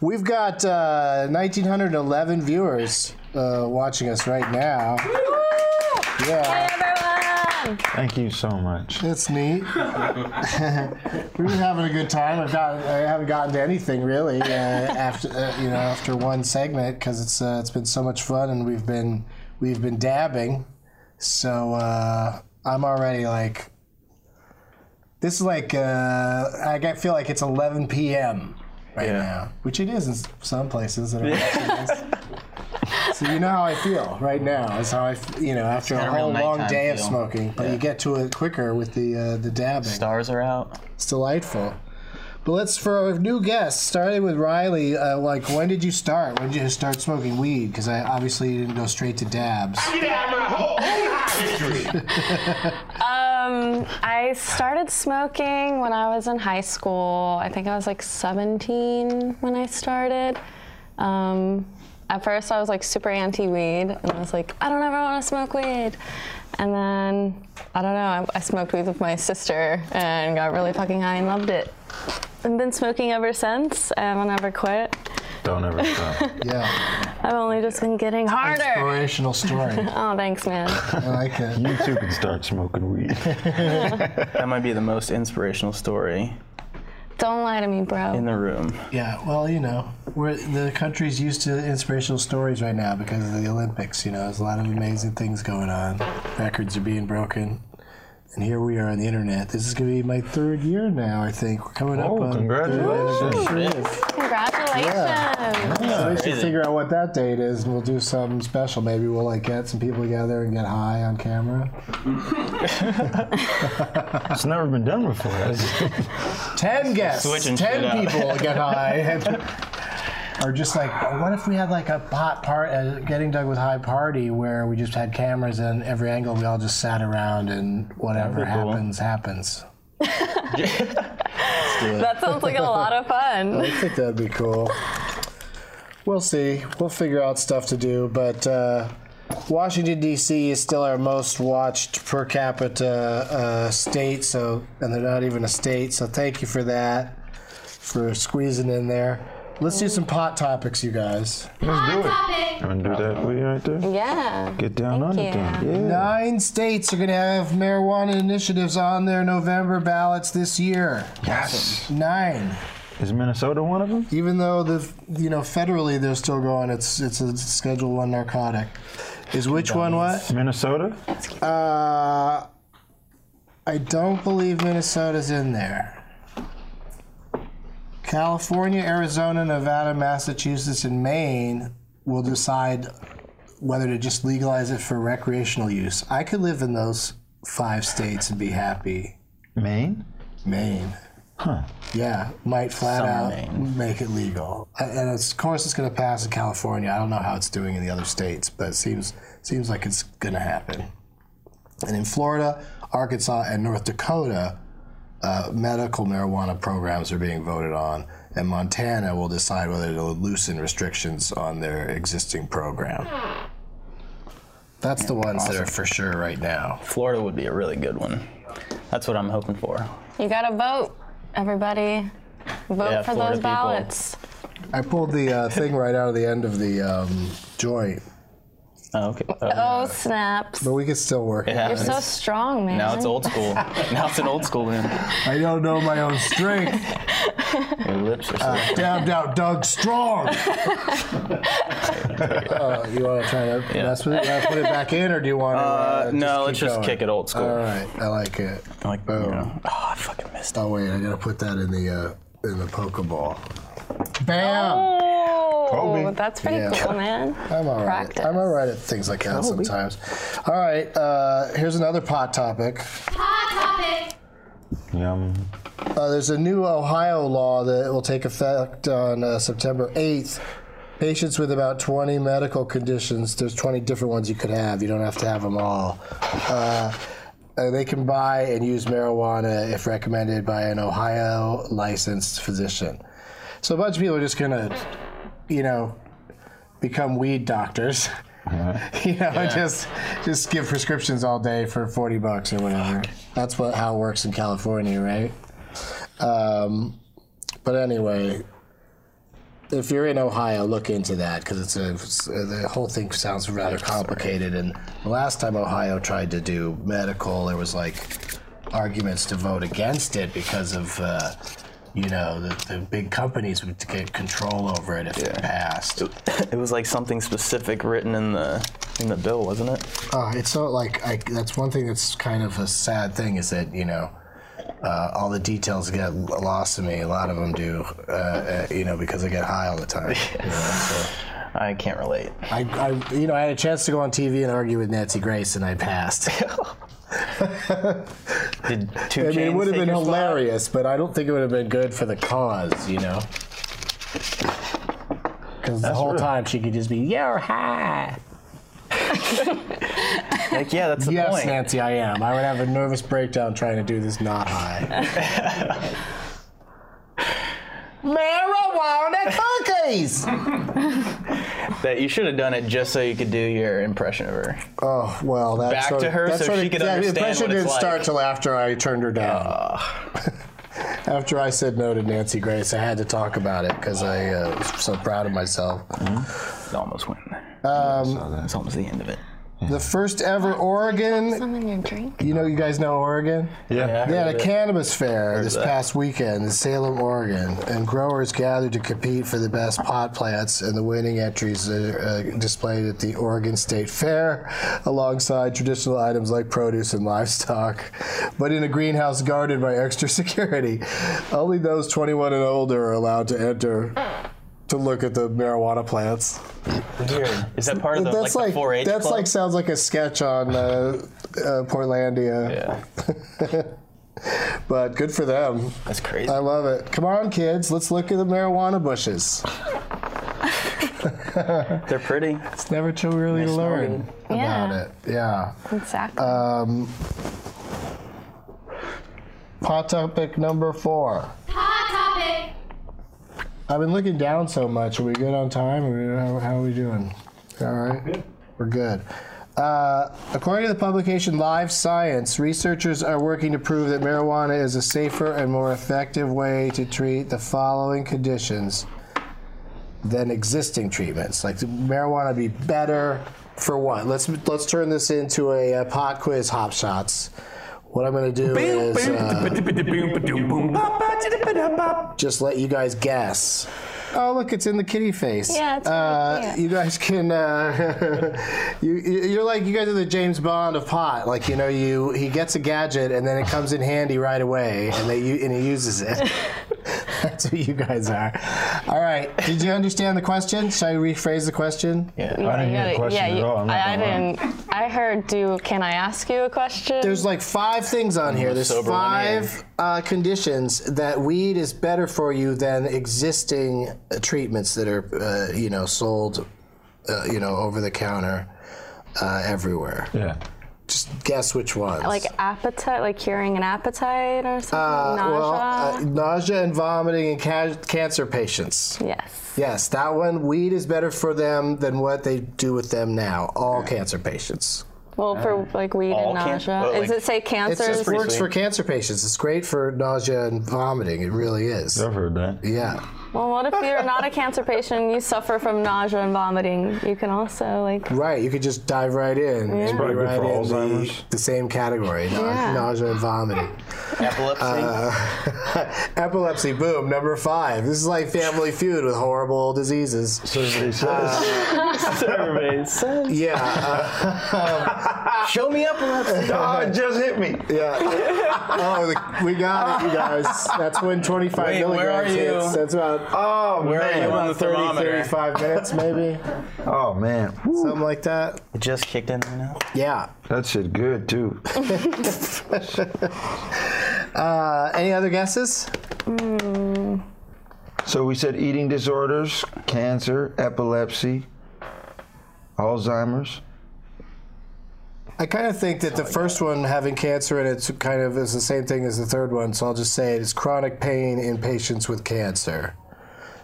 Speaker 1: We've got uh, 1,911 viewers uh, watching us right now.
Speaker 4: Hey
Speaker 1: Yeah.
Speaker 4: everyone! fun.
Speaker 3: Thank you so much.
Speaker 1: It's neat. We've been having a good time. I've got I haven't gotten to anything really uh, after uh, you know after one segment because it's uh, it's been so much fun and we've been we've been dabbing. So uh, I'm already like this is like uh, I get- feel like it's 11 p.m. right now, which it is in s- some places. That are so you know how I feel right now. Is how I f- you know after a
Speaker 2: got a
Speaker 1: whole
Speaker 2: real
Speaker 1: long
Speaker 2: nighttime
Speaker 1: day of
Speaker 2: feel.
Speaker 1: smoking, but you get to it quicker with the uh, the dabbing.
Speaker 2: Stars are out.
Speaker 1: It's delightful. But let's for our new guests, starting with Riley. Uh, like, when did you start? When did you start smoking weed? Because I obviously you didn't go straight to dabs.
Speaker 6: Get out my whole history.
Speaker 4: Um, I started smoking when I was in high school. I think I was like 17 when I started. Um, at first, I was like super anti weed, and I was like, I don't ever want to smoke weed. And then, I don't know, I, I smoked weed with my sister and got really fucking high and loved it. I've been smoking ever since, and I'll never quit.
Speaker 3: Don't ever stop.
Speaker 1: Yeah,
Speaker 4: I've only just been getting harder.
Speaker 1: inspirational story.
Speaker 4: Oh, thanks, man.
Speaker 1: I like it.
Speaker 3: you too can start smoking weed.
Speaker 2: That might be the most inspirational story
Speaker 4: Don't lie to me, bro.
Speaker 2: in the room.
Speaker 1: Yeah, well, you know, we're the country's used to inspirational stories right now because of the Olympics. You know, there's a lot of amazing things going on. Records are being broken. And here we are on the internet. This is going to be my third year now, I think. We're coming up
Speaker 3: Oh,
Speaker 1: on
Speaker 3: congratulations.
Speaker 4: Congratulations.
Speaker 1: So we should figure out what that date is, and we'll do something special. Maybe we'll like get some people together and get high on camera.
Speaker 3: It's never been done before. That's-
Speaker 1: Ten guests,
Speaker 2: Switching shit
Speaker 1: ten
Speaker 2: up.
Speaker 1: people get high, and or just like, what if we had like a pot part, a getting dug with high party where we just had cameras and every angle, we all just sat around and whatever
Speaker 2: That'd be cool.
Speaker 1: happens, happens.
Speaker 4: That sounds like a lot of fun.
Speaker 1: I think that'd be cool. We'll see. We'll figure out stuff to do, but uh, Washington D.C. is still our most watched per capita uh, state. So, and they're not even a state. So, thank you for that, for squeezing in there. Let's do some pot topics, you guys.
Speaker 3: Let's do it. I'm gonna do that weed right there.
Speaker 4: Yeah.
Speaker 3: Get down on it
Speaker 4: Thank
Speaker 3: then. Yeah.
Speaker 1: Nine states are going to have marijuana initiatives on their November ballots this year.
Speaker 3: Yes.
Speaker 1: Nine.
Speaker 3: Is Minnesota one of them?
Speaker 1: even though the you know federally they're still going it's it's a schedule one narcotic is which one what
Speaker 3: Minnesota?
Speaker 1: uh i don't believe minnesota's in there california arizona nevada massachusetts and maine will decide whether to just legalize it for recreational use i could live in those five states and be happy
Speaker 3: Maine?
Speaker 1: Maine.
Speaker 3: Huh.
Speaker 1: Yeah, might flat
Speaker 2: Summer
Speaker 1: out
Speaker 2: Maine.
Speaker 1: make it legal, Uh, and it's, of course it's going to pass in California. I don't know how it's doing in the other states, but it seems seems like it's going to happen. And in Florida, Arkansas, and North Dakota, uh, medical marijuana programs are being voted on, and Montana will decide whether to loosen restrictions on their existing program. That's the ones that are for sure right now.
Speaker 2: Florida would be a really good one. That's what I'm hoping for.
Speaker 4: You gotta vote, everybody. Vote
Speaker 2: Yeah,
Speaker 4: for
Speaker 2: Florida
Speaker 4: those
Speaker 2: people.
Speaker 4: ballots.
Speaker 1: I pulled the uh, thing right out of the end of the um, joint,
Speaker 2: Oh, okay. Uh,
Speaker 4: Oh snaps.
Speaker 1: but we could still work. it.
Speaker 4: You're so strong, man.
Speaker 2: now it's old school. now it's an old school man.
Speaker 1: I don't know my own strength.
Speaker 2: Your lips are
Speaker 1: Uh,
Speaker 2: so.
Speaker 1: Dabbed out Doug Strong. uh, you want to try to mess with it? You wanna put it back in, or do you want to?
Speaker 2: Uh,
Speaker 1: Uh,
Speaker 2: no,
Speaker 1: keep
Speaker 2: let's just
Speaker 1: going?
Speaker 2: kick it old school.
Speaker 1: All right, I like it.
Speaker 2: like, you know. Oh, I fucking missed it.
Speaker 1: Oh wait, I gotta put that in the uh, in the Pokeball. Bam!
Speaker 4: Oh,
Speaker 3: Kobe.
Speaker 4: that's pretty
Speaker 1: Yeah.
Speaker 4: cool, man.
Speaker 1: I'm all right.
Speaker 4: Practice.
Speaker 1: I'm all right at things like that sometimes. All right, uh, here's another pot topic.
Speaker 3: Yum.
Speaker 1: Uh, there's a new Ohio law that will take effect on uh, September 8th. Patients with about 20 medical conditions, there's 20 different ones you could have. You don't have to have them all. Uh, uh, they can buy and use marijuana if recommended by an Ohio licensed physician. So a bunch of people are just going to, you know, become weed doctors. you know, just just give prescriptions all day for 40 bucks or whatever. That's what how it works in California, right? Um, but anyway, if you're in Ohio, look into that because it's a it's- uh, the whole thing sounds rather complicated. And the last time Ohio tried to do medical, there was like arguments to vote against it because of. Uh, you know, the, the big companies would get control over it if it passed.
Speaker 2: It was like something specific written in the in the bill, wasn't it?
Speaker 1: Uh, it's so like I, that's one thing that's kind of a sad thing is that you know uh, all the details get lost to me. A lot of them do, uh, uh, you know, because I get high all the time. you know, so.
Speaker 2: I can't relate.
Speaker 1: I, I, you know, I had a chance to go on TV and argue with Nancy Grace, and I passed.
Speaker 2: Did two
Speaker 1: I mean, it
Speaker 2: Chainz
Speaker 1: would have
Speaker 2: take
Speaker 1: been
Speaker 2: your spot?
Speaker 1: hilarious, but I don't think it would have been good for the cause, you know. Because the whole
Speaker 3: real.
Speaker 1: time she could just be, "You're high."
Speaker 2: Like, yeah, that's the
Speaker 1: Yes,
Speaker 2: point.
Speaker 1: Nancy, I am. I would have a nervous breakdown trying to do this not high. Marijuana cookies.
Speaker 2: That you should have done it just so you could do your impression of her.
Speaker 1: Oh well, that's
Speaker 2: Back
Speaker 1: sort
Speaker 2: to
Speaker 1: of-
Speaker 2: her
Speaker 1: that's
Speaker 2: so
Speaker 1: sort of-
Speaker 2: she could
Speaker 1: yeah,
Speaker 2: understand
Speaker 1: The impression
Speaker 2: what it's
Speaker 1: didn't
Speaker 2: like.
Speaker 1: start till after I turned her down. after I said no to Nancy Grace, I had to talk about it because I uh, was so proud of myself.
Speaker 2: Mm-hmm. It almost went there.
Speaker 1: Um,
Speaker 3: that.
Speaker 2: It's almost the end of it.
Speaker 1: The first ever Oregon.
Speaker 4: Some in your drink.
Speaker 1: You know, you guys know Oregon.
Speaker 3: Yeah.
Speaker 1: They had a cannabis fair this past weekend in Salem, Oregon, and growers gathered to compete for the best pot plants, and the winning entries are uh, displayed at the Oregon State Fair alongside traditional items like produce and livestock, but in a greenhouse guarded by extra security. Only those 21 and older are allowed to enter to look at the marijuana plants.
Speaker 2: Is that part of the like,
Speaker 1: That's
Speaker 2: the
Speaker 1: like,
Speaker 2: 4-H
Speaker 1: that's
Speaker 2: club?
Speaker 1: like sounds like a sketch on uh, uh, Portlandia.
Speaker 2: yeah,
Speaker 1: But good for them.
Speaker 2: that's crazy.
Speaker 1: I love it. Come on, kids, let's look at the marijuana bushes.
Speaker 2: They're pretty.
Speaker 1: It's never too early to
Speaker 2: Nice
Speaker 1: learn
Speaker 4: Yeah.
Speaker 1: about it. Uh, Yeah. Um,
Speaker 4: Exactly.
Speaker 1: Pot topic number four.
Speaker 7: Hot topic.
Speaker 1: I've been looking down so much. Are we good on time? Are we- how, how are we doing? All right. We're good. Uh, according to the publication Live Science, researchers are working to prove that marijuana is a safer and more effective way to treat the following conditions than existing treatments. Like marijuana be better for what? Let's let's turn this into a, uh pot quiz, hop shots. What I'm going to do is uh, just let you guys guess. Oh, look, it's in the kitty face.
Speaker 4: Yeah, it's really
Speaker 1: uh,
Speaker 4: cute.
Speaker 1: You guys can. Uh, you you- you're like you guys are the James Bond of pot. Like you know, you he gets a gadget and then it comes in handy right away, and they u- and he uses it. That's who you guys are. All right. Did you understand the question? Shall I rephrase the question?
Speaker 3: I didn't hear the question
Speaker 4: yeah,
Speaker 3: at all. I'm not
Speaker 4: I, I
Speaker 3: gonna lie.
Speaker 4: didn't. I heard. Do can I ask you a question?
Speaker 1: There's like five things on here. There's
Speaker 2: sober one
Speaker 1: five uh, conditions that weed is better for you than existing uh, treatments that are, uh, you know, sold, uh, you know, over the counter uh, everywhere.
Speaker 3: Yeah.
Speaker 1: Just guess which ones.
Speaker 4: like appetite, like curing an appetite or something.
Speaker 1: Uh,
Speaker 4: Nausea.
Speaker 1: well, uh, nausea and vomiting in ca- cancer patients.
Speaker 4: yes.
Speaker 1: Yes, that one. Weed is better for them than what they do with them now. All cancer patients.
Speaker 4: Well, for like weed
Speaker 2: all
Speaker 4: and
Speaker 2: can-
Speaker 4: nausea.
Speaker 2: well,
Speaker 4: Does
Speaker 2: like-
Speaker 4: it say
Speaker 1: It
Speaker 4: cancer?
Speaker 1: just works
Speaker 2: sweet.
Speaker 1: for cancer patients. It's great for nausea and vomiting. It really is.
Speaker 3: I've heard that.
Speaker 1: Yeah.
Speaker 4: well, what if you're not a cancer patient and you suffer from nausea and vomiting? You can also like.
Speaker 1: Right, you could just dive right in. and be
Speaker 3: probably good
Speaker 1: right
Speaker 3: for
Speaker 1: in the-
Speaker 3: Alzheimer's.
Speaker 1: The, same category, nau-
Speaker 4: Yeah.
Speaker 1: nausea and vomiting.
Speaker 2: Epilepsy.
Speaker 1: Uh, Epilepsy, boom, number five. This is like Family Feud with horrible diseases.
Speaker 3: Survey says.
Speaker 2: Survey says-
Speaker 1: Yeah, uh,
Speaker 2: Show me epilepsy.
Speaker 3: oh, it just hit me.
Speaker 1: yeah. Oh, the, we got it, you guys. That's when 25
Speaker 2: Wait, where
Speaker 1: milligrams
Speaker 2: are you?
Speaker 1: hits. That's about
Speaker 3: Oh
Speaker 2: Where are you
Speaker 3: man.
Speaker 2: on the
Speaker 1: 30,
Speaker 2: thermometer?
Speaker 1: 35 minutes, maybe.
Speaker 3: Oh man. Woo.
Speaker 1: Something like that.
Speaker 2: It just kicked in right now.
Speaker 1: Yeah.
Speaker 3: That shit good too.
Speaker 1: Uh, any other guesses?
Speaker 3: So we said eating disorders, cancer, epilepsy, Alzheimer's.
Speaker 1: I kind of think that the first one having cancer in it's kind of is the same thing as the third one, so I'll just say it is chronic pain in patients with cancer.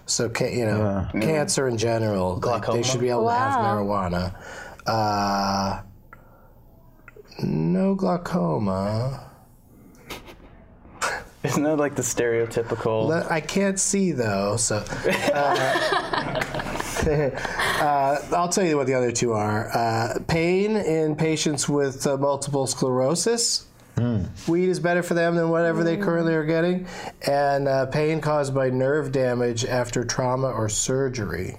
Speaker 1: So ca- you know, cancer in general, like, they
Speaker 2: Glaucoma?
Speaker 1: should be able to have
Speaker 4: Wow.
Speaker 1: marijuana. Uh, no glaucoma.
Speaker 2: Isn't that like the stereotypical?
Speaker 1: But I can't see though, so. Uh, uh, I'll tell you what the other two are uh, pain in patients with uh, multiple sclerosis. Weed is better for them than whatever they currently are getting, and uh, pain caused by nerve damage after trauma or surgery.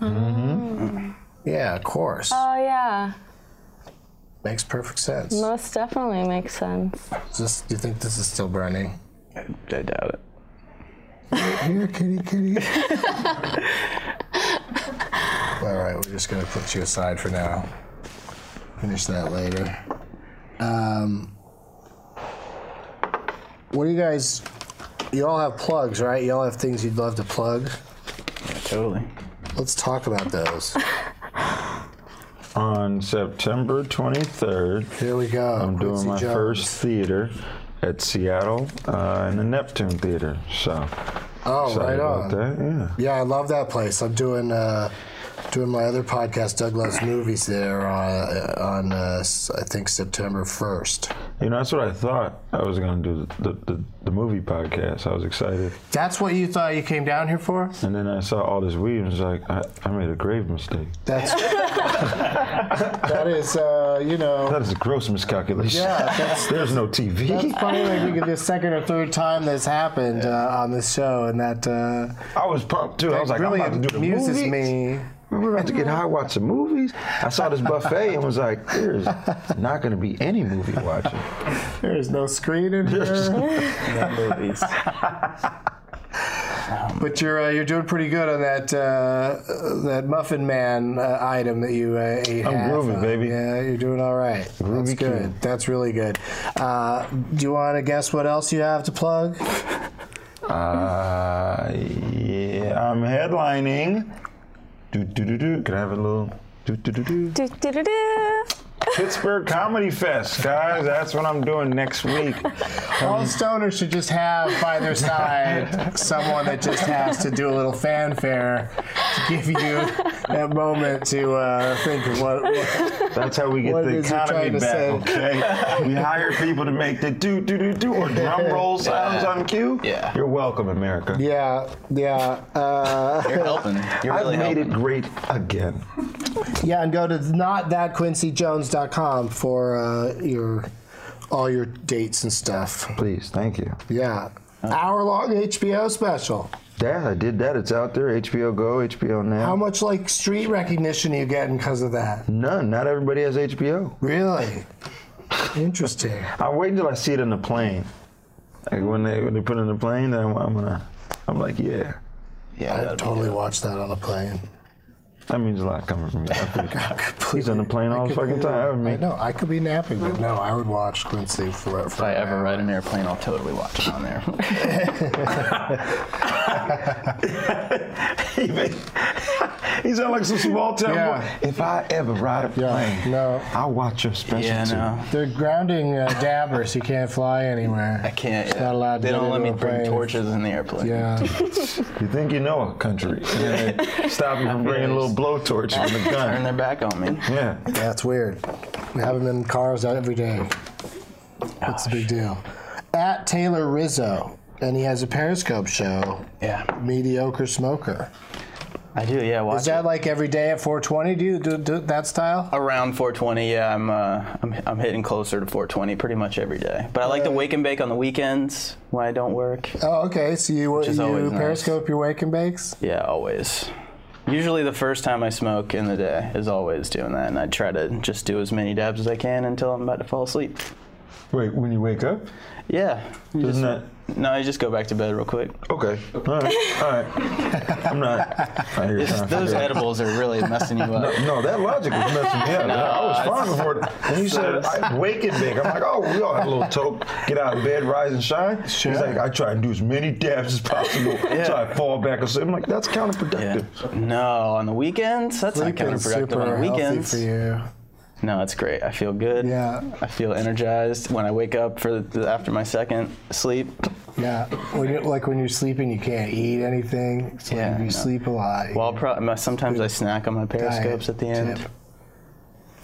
Speaker 1: Yeah, of course.
Speaker 4: Oh yeah,
Speaker 1: Makes perfect sense.
Speaker 4: most definitely makes sense.
Speaker 1: Is this, do you think this is still burning?
Speaker 2: I doubt it.
Speaker 1: Here, kitty, kitty. All right, we're just gonna put you aside for now. Finish that later. Um, what do you guys? You all have plugs, right? You all have things you'd love to plug.
Speaker 2: Totally.
Speaker 1: Let's talk about those.
Speaker 3: On September 23rd,
Speaker 1: Here we go.
Speaker 3: I'm doing
Speaker 1: Quincy
Speaker 3: my
Speaker 1: Jones.
Speaker 3: first theater at Seattle uh, in the Neptune Theater. So
Speaker 1: Oh,
Speaker 3: excited
Speaker 1: right
Speaker 3: about
Speaker 1: on.
Speaker 3: that. Yeah.
Speaker 1: Yeah, I love that place. I'm doing uh, doing my other podcast, Doug Loves Movies, there uh, on uh, s- I think September 1st.
Speaker 3: You know, that's what I thought I was going to do the, the, the movie podcast. I was excited.
Speaker 1: That's what you thought you came down here for?
Speaker 3: And then I saw all this weed and was like, I, I made a grave mistake.
Speaker 1: That's that is uh, you know
Speaker 3: That is a gross miscalculation.
Speaker 1: Yeah, that's-
Speaker 3: There's no
Speaker 1: it's
Speaker 3: TV.
Speaker 1: funny like we could be the second or third time this happened uh, on this show, and that uh,
Speaker 3: I was pumped too. I was like,
Speaker 1: really
Speaker 3: I'm about to do the
Speaker 1: amuses
Speaker 3: movies.
Speaker 1: me.
Speaker 3: We were about to get high, watch some movies. I saw this buffet and was like, there's not going to be any movie watching.
Speaker 1: There is no screen in here,
Speaker 2: movies.
Speaker 1: but you're uh, you're doing pretty good on that uh, that muffin man uh, item that you uh, ate.
Speaker 3: I'm
Speaker 1: half
Speaker 3: groovy,
Speaker 1: of.
Speaker 3: baby.
Speaker 1: Yeah, you're doing all right. That's
Speaker 3: Groovy
Speaker 1: good.
Speaker 3: Q.
Speaker 1: That's really good. Uh, do you want to guess what else you have to plug?
Speaker 3: Uh, yeah, I'm headlining. Do, do, do, do. Can I have a little? Do, do, do, do.
Speaker 4: Do, do, do, do.
Speaker 3: Pittsburgh Comedy Fest, guys. That's what I'm doing next week.
Speaker 1: All stoners should just have by their side someone that just has to do a little fanfare to give you that moment to uh, think of what. what
Speaker 3: That's how we get
Speaker 1: What
Speaker 3: the
Speaker 1: is he trying
Speaker 3: economy
Speaker 1: to
Speaker 3: back.
Speaker 1: say?
Speaker 3: Okay, we hire people to make the do do do do or drum roll sounds on cue.
Speaker 2: Yeah.
Speaker 3: you're welcome, America.
Speaker 1: yeah, yeah,
Speaker 2: You're
Speaker 1: uh,
Speaker 2: helping. You're
Speaker 3: I've
Speaker 2: really
Speaker 3: made
Speaker 2: helping.
Speaker 3: it great again.
Speaker 1: yeah, and go to notthatquincyjones.com for uh, your all your dates and stuff.
Speaker 3: Please, thank you.
Speaker 1: Yeah,
Speaker 2: Uh-huh.
Speaker 1: hour long HBO special.
Speaker 3: Yeah, I did that. It's out there. HBO Go, HBO Now.
Speaker 2: Uh-huh.
Speaker 1: How much like street recognition are you getting because of
Speaker 2: Mm-hmm.
Speaker 1: that?
Speaker 3: None. Not everybody has HBO.
Speaker 1: Really interesting.
Speaker 3: I wait until I see it in the plane. Like when they when they put it in the plane, then I'm, I'm gonna. I'm like, yeah,
Speaker 2: Yeah,
Speaker 1: I
Speaker 2: that'd be
Speaker 1: totally watched that on the plane.
Speaker 3: that means a lot coming from me. I think He's on the plane all the fucking time. I
Speaker 1: I
Speaker 3: mean,
Speaker 1: know. I could be napping, but no, I would watch Quincy for.
Speaker 2: If
Speaker 1: for
Speaker 2: I ever ride an airplane, I'll totally watch it on there.
Speaker 3: he sound like some small town
Speaker 1: Yeah.
Speaker 3: boy. If I ever ride a
Speaker 1: Yeah,
Speaker 3: plane,
Speaker 1: no.
Speaker 3: I'll watch your special
Speaker 2: yeah,
Speaker 3: too.
Speaker 2: no.
Speaker 1: They're grounding uh, dabbers. He can't fly anywhere.
Speaker 2: I can't.
Speaker 1: He's not allowed
Speaker 2: they
Speaker 1: to
Speaker 2: don't
Speaker 1: get
Speaker 2: let me
Speaker 1: into a
Speaker 2: bring
Speaker 1: plane.
Speaker 2: torches in the airplane.
Speaker 1: Yeah.
Speaker 3: You think you know a country? And they Stop you from bringing a little blowtorch and a
Speaker 2: Turn
Speaker 3: gun.
Speaker 2: their back on me.
Speaker 3: Yeah.
Speaker 1: That's weird. We have them in cars every day. That's a big deal. At Taylor Rizzo, and he has a Periscope show,
Speaker 2: Yeah.
Speaker 1: Mediocre Smoker.
Speaker 2: I do, yeah. Watch
Speaker 1: Is that
Speaker 2: it.
Speaker 1: like every day at 420? Do you do, do that style?
Speaker 2: around 420? Yeah, I'm, uh, I'm I'm hitting closer to 420 pretty much every day. But I like to wake and bake on the weekends when I don't work.
Speaker 1: Oh, okay. So you
Speaker 2: is
Speaker 1: you
Speaker 2: always nice.
Speaker 1: Periscope your wake and bakes?
Speaker 2: Yeah, always. Usually the first time I smoke in the day is always doing that, and I try to just do as many dabs as I can until I'm about to fall asleep.
Speaker 3: Wait, when you wake up,
Speaker 2: Yeah. You
Speaker 3: isn't
Speaker 2: just-
Speaker 3: that?
Speaker 2: No, I just go back to bed real quick.
Speaker 3: Okay. All right. All right. I'm not. I hear
Speaker 2: It's-
Speaker 1: Uh-huh.
Speaker 3: time for
Speaker 2: those
Speaker 3: that.
Speaker 2: edibles are really messing you up.
Speaker 3: No, that logic was messing me up. I was fine before. it. When you said I wake and bake, I'm like, oh, we all have a little toke. Get out of bed, rise and shine.
Speaker 1: Sure.
Speaker 3: He's like, I try and do as many dabs as possible until I fall back or something. I'm like, that's
Speaker 2: Yeah.
Speaker 3: counterproductive.
Speaker 2: No, on the weekends? That's not
Speaker 1: Sleeping's
Speaker 2: counterproductive
Speaker 1: super
Speaker 2: on the
Speaker 1: healthy
Speaker 2: weekends.
Speaker 1: for you.
Speaker 2: No, it's great. I feel good.
Speaker 1: Yeah.
Speaker 2: I feel energized when I wake up for the, after my second sleep.
Speaker 1: Yeah, when you're, like when you're sleeping, you can't eat anything. So
Speaker 2: Yeah,
Speaker 1: if you
Speaker 2: no.
Speaker 1: sleep a lot.
Speaker 2: Well, I'll pro- sometimes I snack on my periscopes at the end.
Speaker 1: Tip.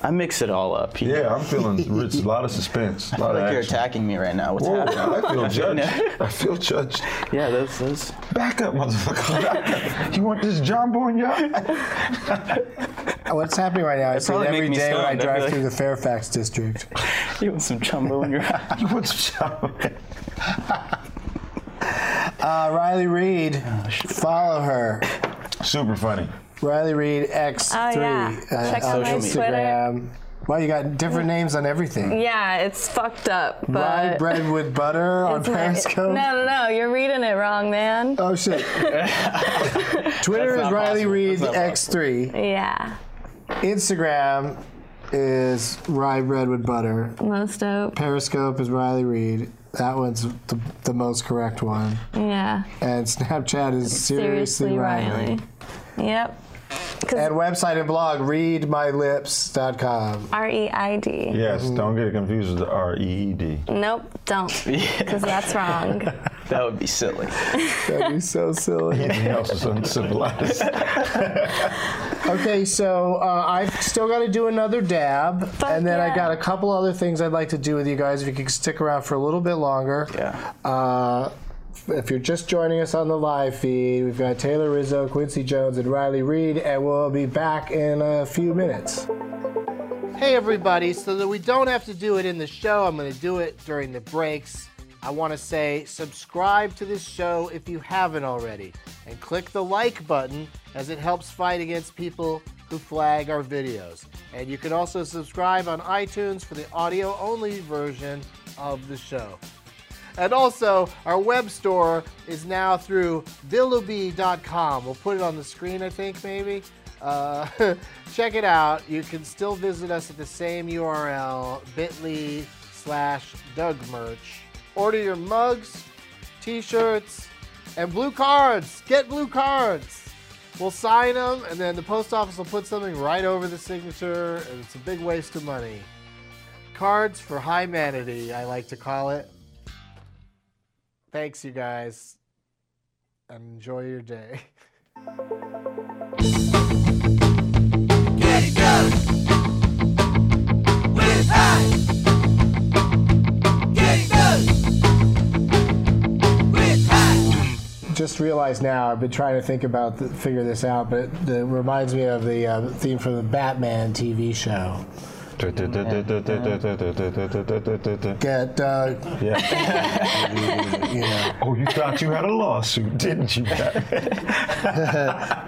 Speaker 2: I mix it all up. you know?
Speaker 3: Yeah, I'm feeling rich. A lot of suspense. A lot
Speaker 2: Like
Speaker 3: of
Speaker 2: you're
Speaker 3: action.
Speaker 2: attacking me right now. What's
Speaker 3: Whoa,
Speaker 2: happening?
Speaker 3: I feel
Speaker 2: know.
Speaker 3: judged. I feel judged.
Speaker 2: Yeah, that's, that's
Speaker 3: Back up, motherfucker. Back up. You want this jumbo in your
Speaker 1: Uh, What's happening right now? I see it
Speaker 2: probably
Speaker 1: every
Speaker 2: make me
Speaker 1: day when I
Speaker 2: stoned,
Speaker 1: drive
Speaker 2: I feel
Speaker 1: through
Speaker 2: like.
Speaker 1: the Fairfax district.
Speaker 2: you want some chumbo in your eye.
Speaker 3: You want some jumbo?
Speaker 1: Uh, Riley Reed,
Speaker 2: Oh,
Speaker 1: follow her.
Speaker 3: Super funny.
Speaker 1: Riley Reed X3
Speaker 4: Oh, yeah.
Speaker 1: uh,
Speaker 4: Check
Speaker 1: on
Speaker 4: out my Social media.
Speaker 1: Instagram. Wow, you got different names on everything.
Speaker 4: Yeah, it's fucked up, but.
Speaker 1: Rye bread with butter on
Speaker 4: it's not-
Speaker 1: Periscope.
Speaker 4: No, no, no. You're reading it wrong, man.
Speaker 1: Oh shit. Twitter is
Speaker 2: That's not
Speaker 1: Riley
Speaker 2: possible.
Speaker 1: Reed
Speaker 2: That's not
Speaker 1: X3.
Speaker 4: Yeah.
Speaker 1: Instagram is Rye Bread with Butter.
Speaker 4: Most dope.
Speaker 1: Periscope is Riley Reed. That one's the, the most correct one.
Speaker 4: Yeah.
Speaker 1: And Snapchat is Seriously,
Speaker 4: Seriously,
Speaker 1: Riley.
Speaker 4: Riley. Yep.
Speaker 1: And website and blog, readmylips.com.
Speaker 4: R E I D.
Speaker 3: Yes, don't get it confused with the R E E D.
Speaker 4: Nope, don't. Because that's wrong.
Speaker 2: That would be silly.
Speaker 1: That'd be so silly.
Speaker 3: Anything else is uncivilized.
Speaker 1: Okay, so uh, I've still got to do another dab, and then I
Speaker 4: yeah.
Speaker 1: got a couple other things I'd like to do with you guys. If you can stick around for a little bit longer.
Speaker 2: Yeah.
Speaker 1: Uh, if you're just joining us on the live feed, we've got Taylor Rizzo, Quincy Jones, and Riley Reed, and we'll be back in a few minutes. Hey, everybody. So that we don't have to do it in the show, I'm going to do it during the breaks. I want to say subscribe to this show if you haven't already, and click the like button as it helps fight against people who flag our videos. And you can also subscribe on iTunes for the audio only version of the show. And also, our web store is now through villuby.com. We'll put it on the screen, I think, maybe. Uh, check it out. You can still visit us at the same URL, bit.ly slash dougmerch. Order your mugs, t-shirts, and blue cards. Get blue cards. We'll sign them, and then the post office will put something right over the signature, and it's a big waste of money. Cards for high manity, I like to call it. Thanks, you guys. and Enjoy your day.
Speaker 7: Get it going. When it's hot. Get it going. When it's hot.
Speaker 1: Just realized now, I've been trying to think about, th- figure this out, but it, it reminds me of the uh, theme from the Batman TV show.
Speaker 3: Yeah.
Speaker 1: Get, uh, you know,
Speaker 3: Oh, you thought you had a lawsuit, didn't you?
Speaker 1: but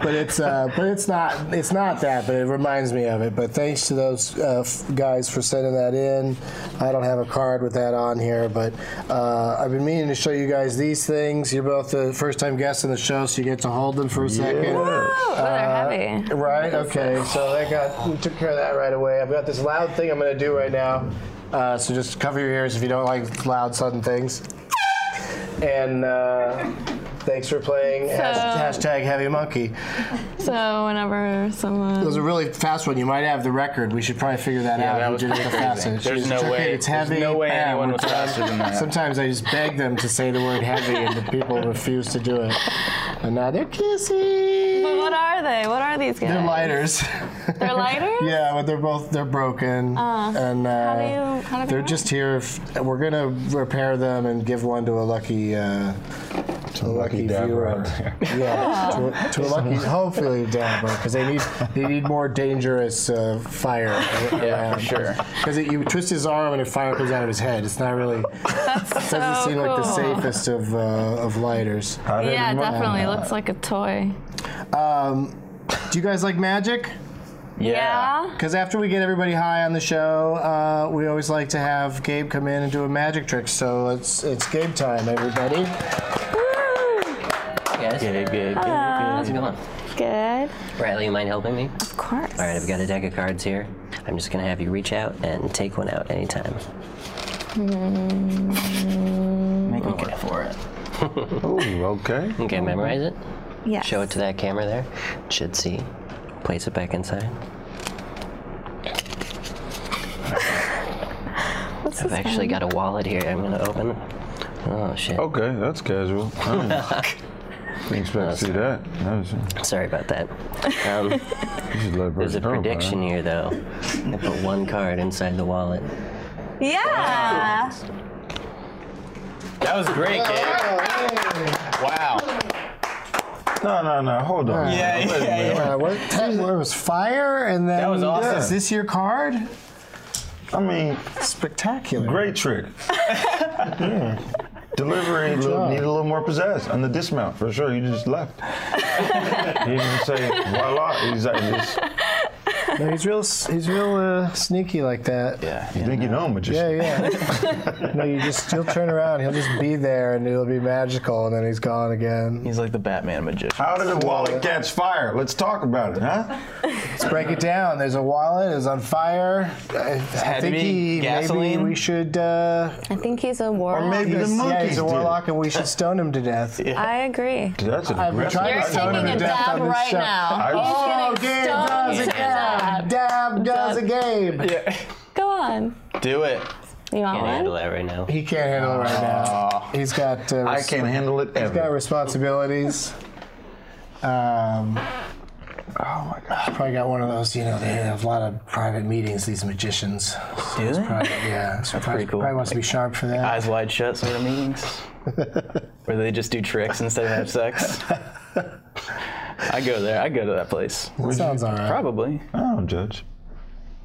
Speaker 1: it's, uh, but it's not, it's not that, but it reminds me of it. But thanks to those uh, f- guys for sending that in. I don't have a card with that on here, but uh, I've been meaning to show you guys these things. You're both the first time guests on the show, so you get to hold them for a second.
Speaker 4: Oh,
Speaker 1: Uh,
Speaker 4: they're heavy.
Speaker 1: Right. Okay. So that got we took care of that right away. I've got this loud thing I'm going to do right now. Uh, so just cover your ears if you don't like loud sudden things. And uh, thanks for playing hash, hashtag Heavy Monkey.
Speaker 4: So whenever
Speaker 1: It
Speaker 4: someone.
Speaker 1: was a really fast one. You might have the record. We should probably figure that out.
Speaker 2: that
Speaker 1: Who
Speaker 2: was
Speaker 1: did it the
Speaker 2: pretty
Speaker 1: fastest.
Speaker 2: crazy. There's
Speaker 1: It's okay,
Speaker 2: no way-
Speaker 1: It's
Speaker 2: there's
Speaker 1: heavy.
Speaker 2: no way
Speaker 1: bam,
Speaker 2: anyone
Speaker 1: we're
Speaker 2: was
Speaker 1: done.
Speaker 2: faster than that.
Speaker 1: Sometimes I just beg them to say the word heavy, and the people refuse to do it. And now they're kissing.
Speaker 4: But what are they? What are these guys?
Speaker 1: They're lighters.
Speaker 4: They're lighters?
Speaker 1: Yeah, but they're both they're broken,
Speaker 4: Uh,
Speaker 1: and uh,
Speaker 4: do you- how do they
Speaker 1: they're
Speaker 4: work?
Speaker 1: just here. If, we're gonna repair them and give one to a lucky, uh, a lucky viewer. Yeah, to, a- to a lucky, hopefully dabber, because they need they need more dangerous uh, fire.
Speaker 2: Yeah, for sure.
Speaker 1: Because you twist his arm and a fire comes out of his head. It's not really
Speaker 4: That's so
Speaker 1: doesn't seem
Speaker 4: cool.
Speaker 1: like the safest of uh, of lighters.
Speaker 4: Yeah, definitely. Looks like a toy.
Speaker 1: Um, do you guys like magic?
Speaker 4: Yeah.
Speaker 1: Because after we get everybody high on the show, uh, we always like to have Gabe come in and do a magic trick. So it's it's Gabe time, everybody.
Speaker 4: Woo!
Speaker 8: guys.
Speaker 2: Yeah, good, good,
Speaker 8: How's it
Speaker 2: good.
Speaker 8: going?
Speaker 4: Good.
Speaker 8: Riley, you mind helping me?
Speaker 4: Of course.
Speaker 8: All right, I've got a deck of cards here. I'm just gonna have you reach out and take one out anytime.
Speaker 2: Make me go for it.
Speaker 3: Oh, okay.
Speaker 8: Okay, memorize it.
Speaker 4: Yes.
Speaker 8: Show it to that camera there. It should see. Place it back inside.
Speaker 4: What's
Speaker 8: I've
Speaker 4: this
Speaker 8: actually
Speaker 4: one?
Speaker 8: got a wallet here. I'm gonna open. Oh shit.
Speaker 3: Okay, that's casual. All right. Didn't expect to see that. that was,
Speaker 8: Sorry about that. Um,
Speaker 3: you should let
Speaker 8: there's a
Speaker 3: Bert know about
Speaker 8: prediction
Speaker 3: it.
Speaker 8: here, though. I put one card inside the wallet.
Speaker 4: Yeah.
Speaker 2: That was great, kid. Wow.
Speaker 3: No, no, no. Hold on.
Speaker 2: Yeah, yeah, yeah.
Speaker 1: Uh, what, it was fire, and then
Speaker 2: That was awesome.
Speaker 1: Is this your card?
Speaker 3: I mean,
Speaker 1: Spectacular.
Speaker 3: great trick. Yeah. Delivery a little,
Speaker 1: job.
Speaker 3: need a little more possess on the dismount for sure. You just left. you didn't say voila. He's like just
Speaker 1: No, he's real. s- He's real uh, sneaky like that.
Speaker 2: Yeah.
Speaker 3: you think you know magician.
Speaker 1: Yeah, yeah. no, you just he'll turn around. He'll just be there, and it'll be magical, and then he's gone again.
Speaker 2: He's like the Batman magician.
Speaker 3: How did the wallet catch fire? Let's talk about it, huh?
Speaker 1: Let's break it down. There's a wallet. It's on fire. I, I
Speaker 2: to
Speaker 1: think
Speaker 2: be
Speaker 1: he maybe
Speaker 2: gasoline.
Speaker 1: we should. Uh,
Speaker 4: I think he's a warlock.
Speaker 3: maybe The
Speaker 1: he's- yeah,
Speaker 3: monkeys
Speaker 1: he's a
Speaker 3: did.
Speaker 1: warlock, and we should stone him to death.
Speaker 4: I agree.
Speaker 3: That's an
Speaker 1: I've been
Speaker 3: aggressive.
Speaker 1: trying
Speaker 4: You're
Speaker 1: to stone him
Speaker 4: taking
Speaker 1: to
Speaker 4: a
Speaker 1: death
Speaker 4: dab
Speaker 1: on this
Speaker 4: right
Speaker 1: show.
Speaker 4: now.
Speaker 3: I-
Speaker 1: Oh,
Speaker 4: He's
Speaker 1: Gabe
Speaker 4: getting stoned
Speaker 1: does
Speaker 4: to
Speaker 1: a
Speaker 4: death.
Speaker 1: Gabe. Dab does a Gabe.
Speaker 4: Go on.
Speaker 2: Do it.
Speaker 4: You want
Speaker 8: Can't
Speaker 4: one?
Speaker 8: handle that right now.
Speaker 1: He can't handle it right now. He's got. Uh,
Speaker 3: I can't handle it
Speaker 1: He's got
Speaker 3: ever.
Speaker 1: responsibilities. Um,
Speaker 3: Oh my god.
Speaker 1: probably got one of those. You know, they have a lot of private meetings. These magicians.
Speaker 2: Do
Speaker 1: Probably,
Speaker 2: it.
Speaker 1: yeah, so probably,
Speaker 2: pretty cool.
Speaker 1: probably wants to be sharp for that.
Speaker 2: Eyes wide shut sort of meetings, where they just do tricks instead of have sex. I go there. I go to that place.
Speaker 1: That sounds all right.
Speaker 2: Probably.
Speaker 3: I don't Oh, judge.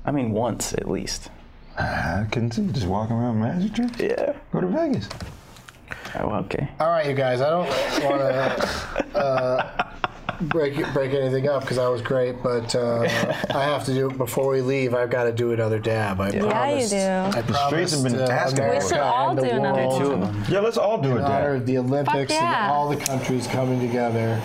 Speaker 2: I mean, once at least.
Speaker 3: I can see just walking around magic tricks.
Speaker 2: Yeah.
Speaker 3: Go to Vegas.
Speaker 2: Oh, okay.
Speaker 1: All right, you guys. I don't want to uh, break break anything up because that was great, but uh, I have to do it before we leave. I've got to do another dab. I yeah, promised,
Speaker 4: do.
Speaker 1: I
Speaker 3: The streets have
Speaker 1: promised,
Speaker 3: been
Speaker 1: uh,
Speaker 3: asking for
Speaker 4: We
Speaker 3: it.
Speaker 4: should
Speaker 1: America
Speaker 4: all
Speaker 1: and the
Speaker 4: do another
Speaker 1: world.
Speaker 4: one.
Speaker 2: Two of them.
Speaker 3: Yeah, let's all do it.
Speaker 1: in honor
Speaker 3: Dad.
Speaker 1: of the Olympics
Speaker 4: yeah.
Speaker 1: and all the countries coming together.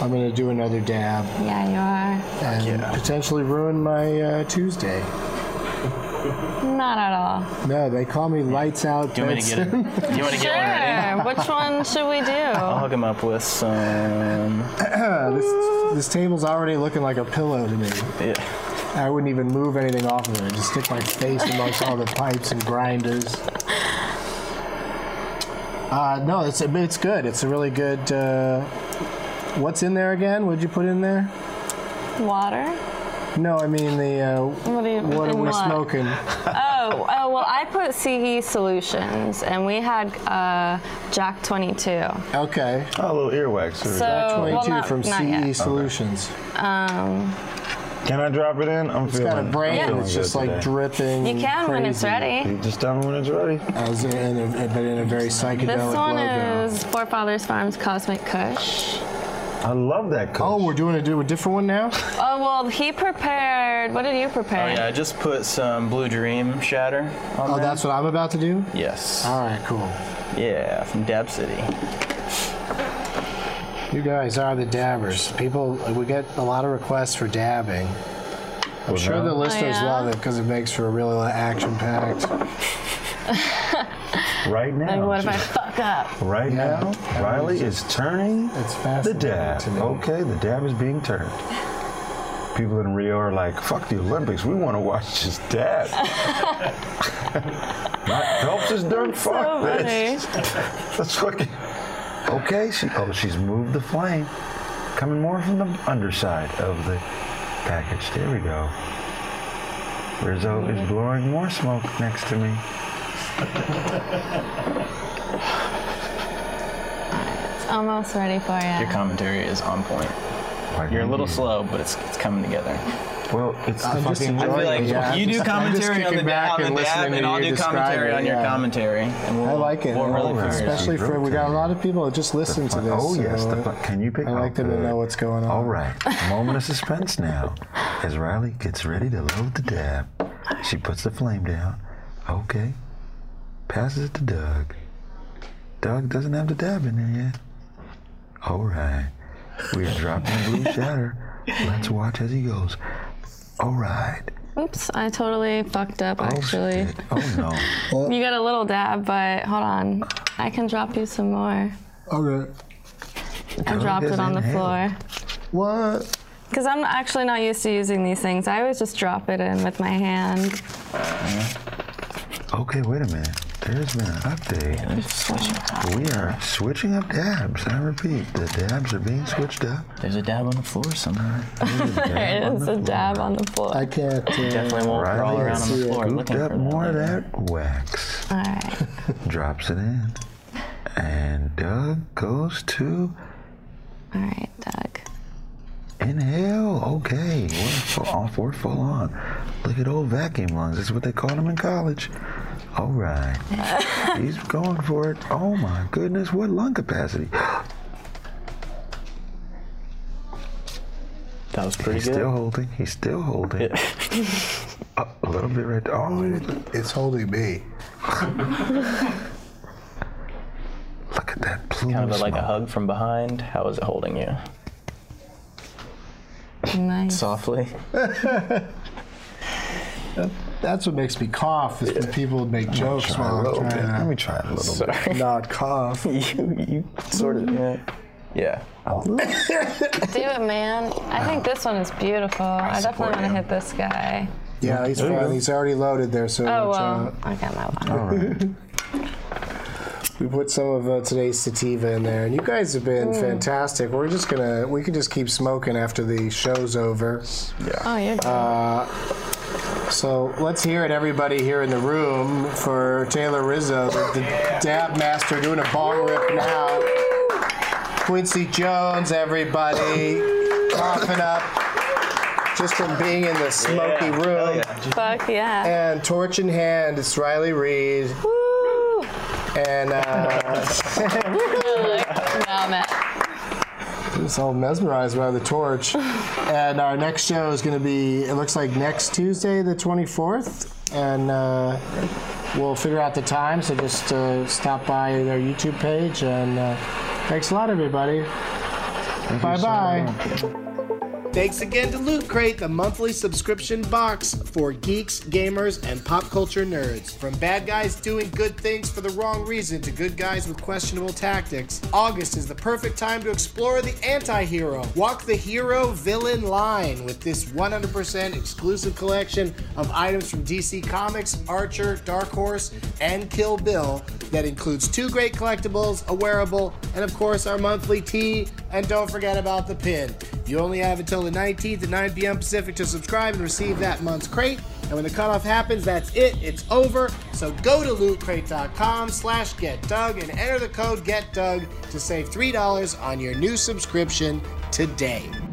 Speaker 1: I'm gonna do another dab
Speaker 4: Yeah, you
Speaker 1: and potentially ruin my uh, Tuesday.
Speaker 4: are. Not at all.
Speaker 1: No, they call me lights out.
Speaker 2: You want me to get it?
Speaker 1: Benson.
Speaker 2: You want to get one ready?
Speaker 4: Sure. Which one should we
Speaker 2: I'll
Speaker 1: Uh-huh.
Speaker 4: do?
Speaker 2: hook him up with some.
Speaker 1: this, this table's already looking like a pillow to me.
Speaker 2: Yeah.
Speaker 1: I wouldn't even move anything off of it. I'd just stick my face amongst all the pipes and grinders. Uh, no, it's it's good. It's a really good. Uh, what's in there again? What'd you put in there?
Speaker 4: Water.
Speaker 1: No, I mean the. Uh,
Speaker 4: What, do you,
Speaker 1: what are
Speaker 4: in
Speaker 1: we smoking?
Speaker 4: Oh, oh, well, I put CE Solutions, and we had uh, Jack 22.
Speaker 1: Okay,
Speaker 3: Oh, a little earwax. or-
Speaker 4: So, Oh, well,
Speaker 1: 22
Speaker 4: not,
Speaker 1: from
Speaker 4: not
Speaker 1: CE
Speaker 4: yet.
Speaker 1: Solutions.
Speaker 4: Um,
Speaker 3: Can I drop it in? I'm
Speaker 1: It's
Speaker 3: feeling.
Speaker 1: got a brain
Speaker 3: I'm feeling
Speaker 1: that's
Speaker 3: good
Speaker 1: just like
Speaker 3: today.
Speaker 1: dripping.
Speaker 4: you can when it's
Speaker 1: crazy.
Speaker 4: ready.
Speaker 3: You Just tell me when it's ready.
Speaker 1: As in a, but in a very psychedelic
Speaker 4: This one
Speaker 1: logo.
Speaker 4: is Forefathers Farms Cosmic Kush.
Speaker 3: I love that coach.
Speaker 1: Oh, we're doing a, do a different one now?
Speaker 4: Oh, well, he prepared. What did you prepare?
Speaker 2: Oh yeah. I just put some Blue Dream Shatter on
Speaker 1: Oh,
Speaker 2: there.
Speaker 1: that's what I'm about to do?
Speaker 2: Yes.
Speaker 1: All right, cool.
Speaker 2: Yeah, from Dab City.
Speaker 1: You guys are the dabbers. People, we get a lot of requests for dabbing. I'm sure the listeners
Speaker 4: Oh, yeah?
Speaker 1: love it because it makes for a really action packed.
Speaker 3: right now.
Speaker 4: What if I fuck up?
Speaker 3: Right now, Riley is turning
Speaker 1: It's
Speaker 3: the
Speaker 1: fascinating.
Speaker 3: dab.
Speaker 1: to me.
Speaker 3: Okay, the dab is being turned. People in Rio are like, fuck the Olympics. We want to watch this dab. Not Phelps is done. fuck
Speaker 4: so
Speaker 3: this. Let's fucking. Okay, she, oh, she's moved the flame. Coming more from the underside of the package. There we go. Rizzo
Speaker 4: Mm-hmm.
Speaker 3: is blowing more smoke next to me.
Speaker 4: It's almost ready for you.
Speaker 2: Your commentary is on point.
Speaker 3: Like,
Speaker 2: You're a little
Speaker 3: maybe-
Speaker 2: slow, but it's it's coming together.
Speaker 3: Well, it's
Speaker 1: I
Speaker 3: just
Speaker 1: fucking enjoy
Speaker 2: I feel
Speaker 1: it,
Speaker 2: like
Speaker 1: yeah.
Speaker 2: you
Speaker 1: I'm
Speaker 2: do
Speaker 1: just- I'm just
Speaker 2: commentary on the
Speaker 1: kicking back
Speaker 2: dab, on
Speaker 1: and
Speaker 2: the dab,
Speaker 1: listening to
Speaker 2: and I'll
Speaker 1: you
Speaker 2: do
Speaker 1: describe
Speaker 2: commentary
Speaker 1: it,
Speaker 2: on your
Speaker 1: yeah.
Speaker 2: commentary. And we'll,
Speaker 1: I like it.
Speaker 2: We'll
Speaker 1: I like
Speaker 2: really
Speaker 1: it,
Speaker 2: figure it out.
Speaker 1: especially for we got a lot of people that just listen to this.
Speaker 3: Oh yes,
Speaker 1: so
Speaker 3: the fu- can you pick?
Speaker 1: I like
Speaker 3: oh,
Speaker 1: them to
Speaker 3: good.
Speaker 1: know what's going on.
Speaker 3: All right, moment of suspense now. As Riley gets ready to load the dab, she puts the flame down. Okay, passes it to Doug. Doug doesn't have the dab in there yet. All right, we are dropping the blue shatter. Let's watch as he goes. All right.
Speaker 4: Oops, I totally fucked up,
Speaker 3: Oh,
Speaker 4: actually.
Speaker 3: shit. oh no.
Speaker 4: You got a little dab, but hold on. I can drop you some more.
Speaker 1: Okay.
Speaker 4: I dropped it
Speaker 3: doesn't
Speaker 4: on the
Speaker 3: inhale.
Speaker 4: floor.
Speaker 1: What?
Speaker 4: Because I'm actually not used to using these things. I always just drop it in with my hand.
Speaker 3: Okay, wait a minute. There's been an update. We are switching up dabs. I repeat, the dabs are being switched up.
Speaker 2: There's a dab on the floor somewhere.
Speaker 4: There is a dab on the floor.
Speaker 1: I can't. Uh,
Speaker 2: Definitely won't crawl
Speaker 3: Riley
Speaker 2: around on the
Speaker 3: has
Speaker 2: floor
Speaker 3: scooped
Speaker 2: looking for
Speaker 3: up
Speaker 2: that.
Speaker 3: more of that wax.
Speaker 4: All right.
Speaker 3: drops it in. And Doug goes to
Speaker 4: All right, Doug.
Speaker 3: inhale. Okay, we're full, all four full on. Look at old vacuum lungs. That's what they called them in college. All right. He's going for it. Oh my goodness, what lung capacity.
Speaker 2: That was pretty
Speaker 3: He's
Speaker 2: good.
Speaker 3: still holding. He's still holding. Up a little bit right there. Oh, look
Speaker 9: It's holding me.
Speaker 3: at that plume
Speaker 2: kind of like a
Speaker 3: smoke.
Speaker 2: hug from behind. How is it holding you?
Speaker 4: Nice.
Speaker 2: Softly.
Speaker 1: That's what makes me cough. Is when people make jokes
Speaker 3: Try a
Speaker 1: while I'm
Speaker 3: little bit. Let
Speaker 1: trying
Speaker 3: me try it a little bit.
Speaker 9: to not cough.
Speaker 2: you, you sort of. Yeah. Yeah.
Speaker 4: Do it, man. I think this one is beautiful. I, definitely
Speaker 2: support
Speaker 4: want to
Speaker 2: you.
Speaker 4: hit this guy.
Speaker 1: to. Yeah, he's fine. He's already loaded there, so uh,
Speaker 4: Oh
Speaker 1: watch
Speaker 4: well,
Speaker 1: out.
Speaker 4: I got my one.
Speaker 3: All right.
Speaker 1: we put some of uh, today's sativa in there, and you guys have been
Speaker 4: Mm.
Speaker 1: fantastic. We're just gonna we can just keep smoking after the show's over.
Speaker 4: Oh, you're good.
Speaker 1: So let's hear it, everybody here in the room, for Taylor Rizzo, the, the dab master, doing a bong rip now. Quincy Jones, everybody, coughing up just from being in the smoky room.
Speaker 4: Fuck yeah.
Speaker 1: And torch in hand, it's Riley Reed.
Speaker 4: Woo!
Speaker 1: And uh,
Speaker 4: Now I'm at-
Speaker 1: it's all mesmerized by the torch. And our next show is going to be, it looks like next Tuesday, the 24th. And uh, we'll figure out the time, so just uh, stop by their YouTube page. And uh, thanks a lot, everybody. Bye bye. Thanks again to Loot Crate, the monthly subscription box for geeks, gamers, and pop culture nerds. From bad guys doing good things for the wrong reason to good guys with questionable tactics, August is the perfect time to explore the anti hero. Walk the hero villain line with this 100% exclusive collection of items from DC Comics, Archer, Dark Horse, and Kill Bill that includes two great collectibles, a wearable, and of course our monthly tea. And don't forget about the pin. You only have until the 19th at 9 p.m. Pacific to subscribe and receive that month's crate. And when the cutoff happens, that's it. It's over. So go to lootcrate.com slash getdug and enter the code getdug to save $3 on your new subscription today.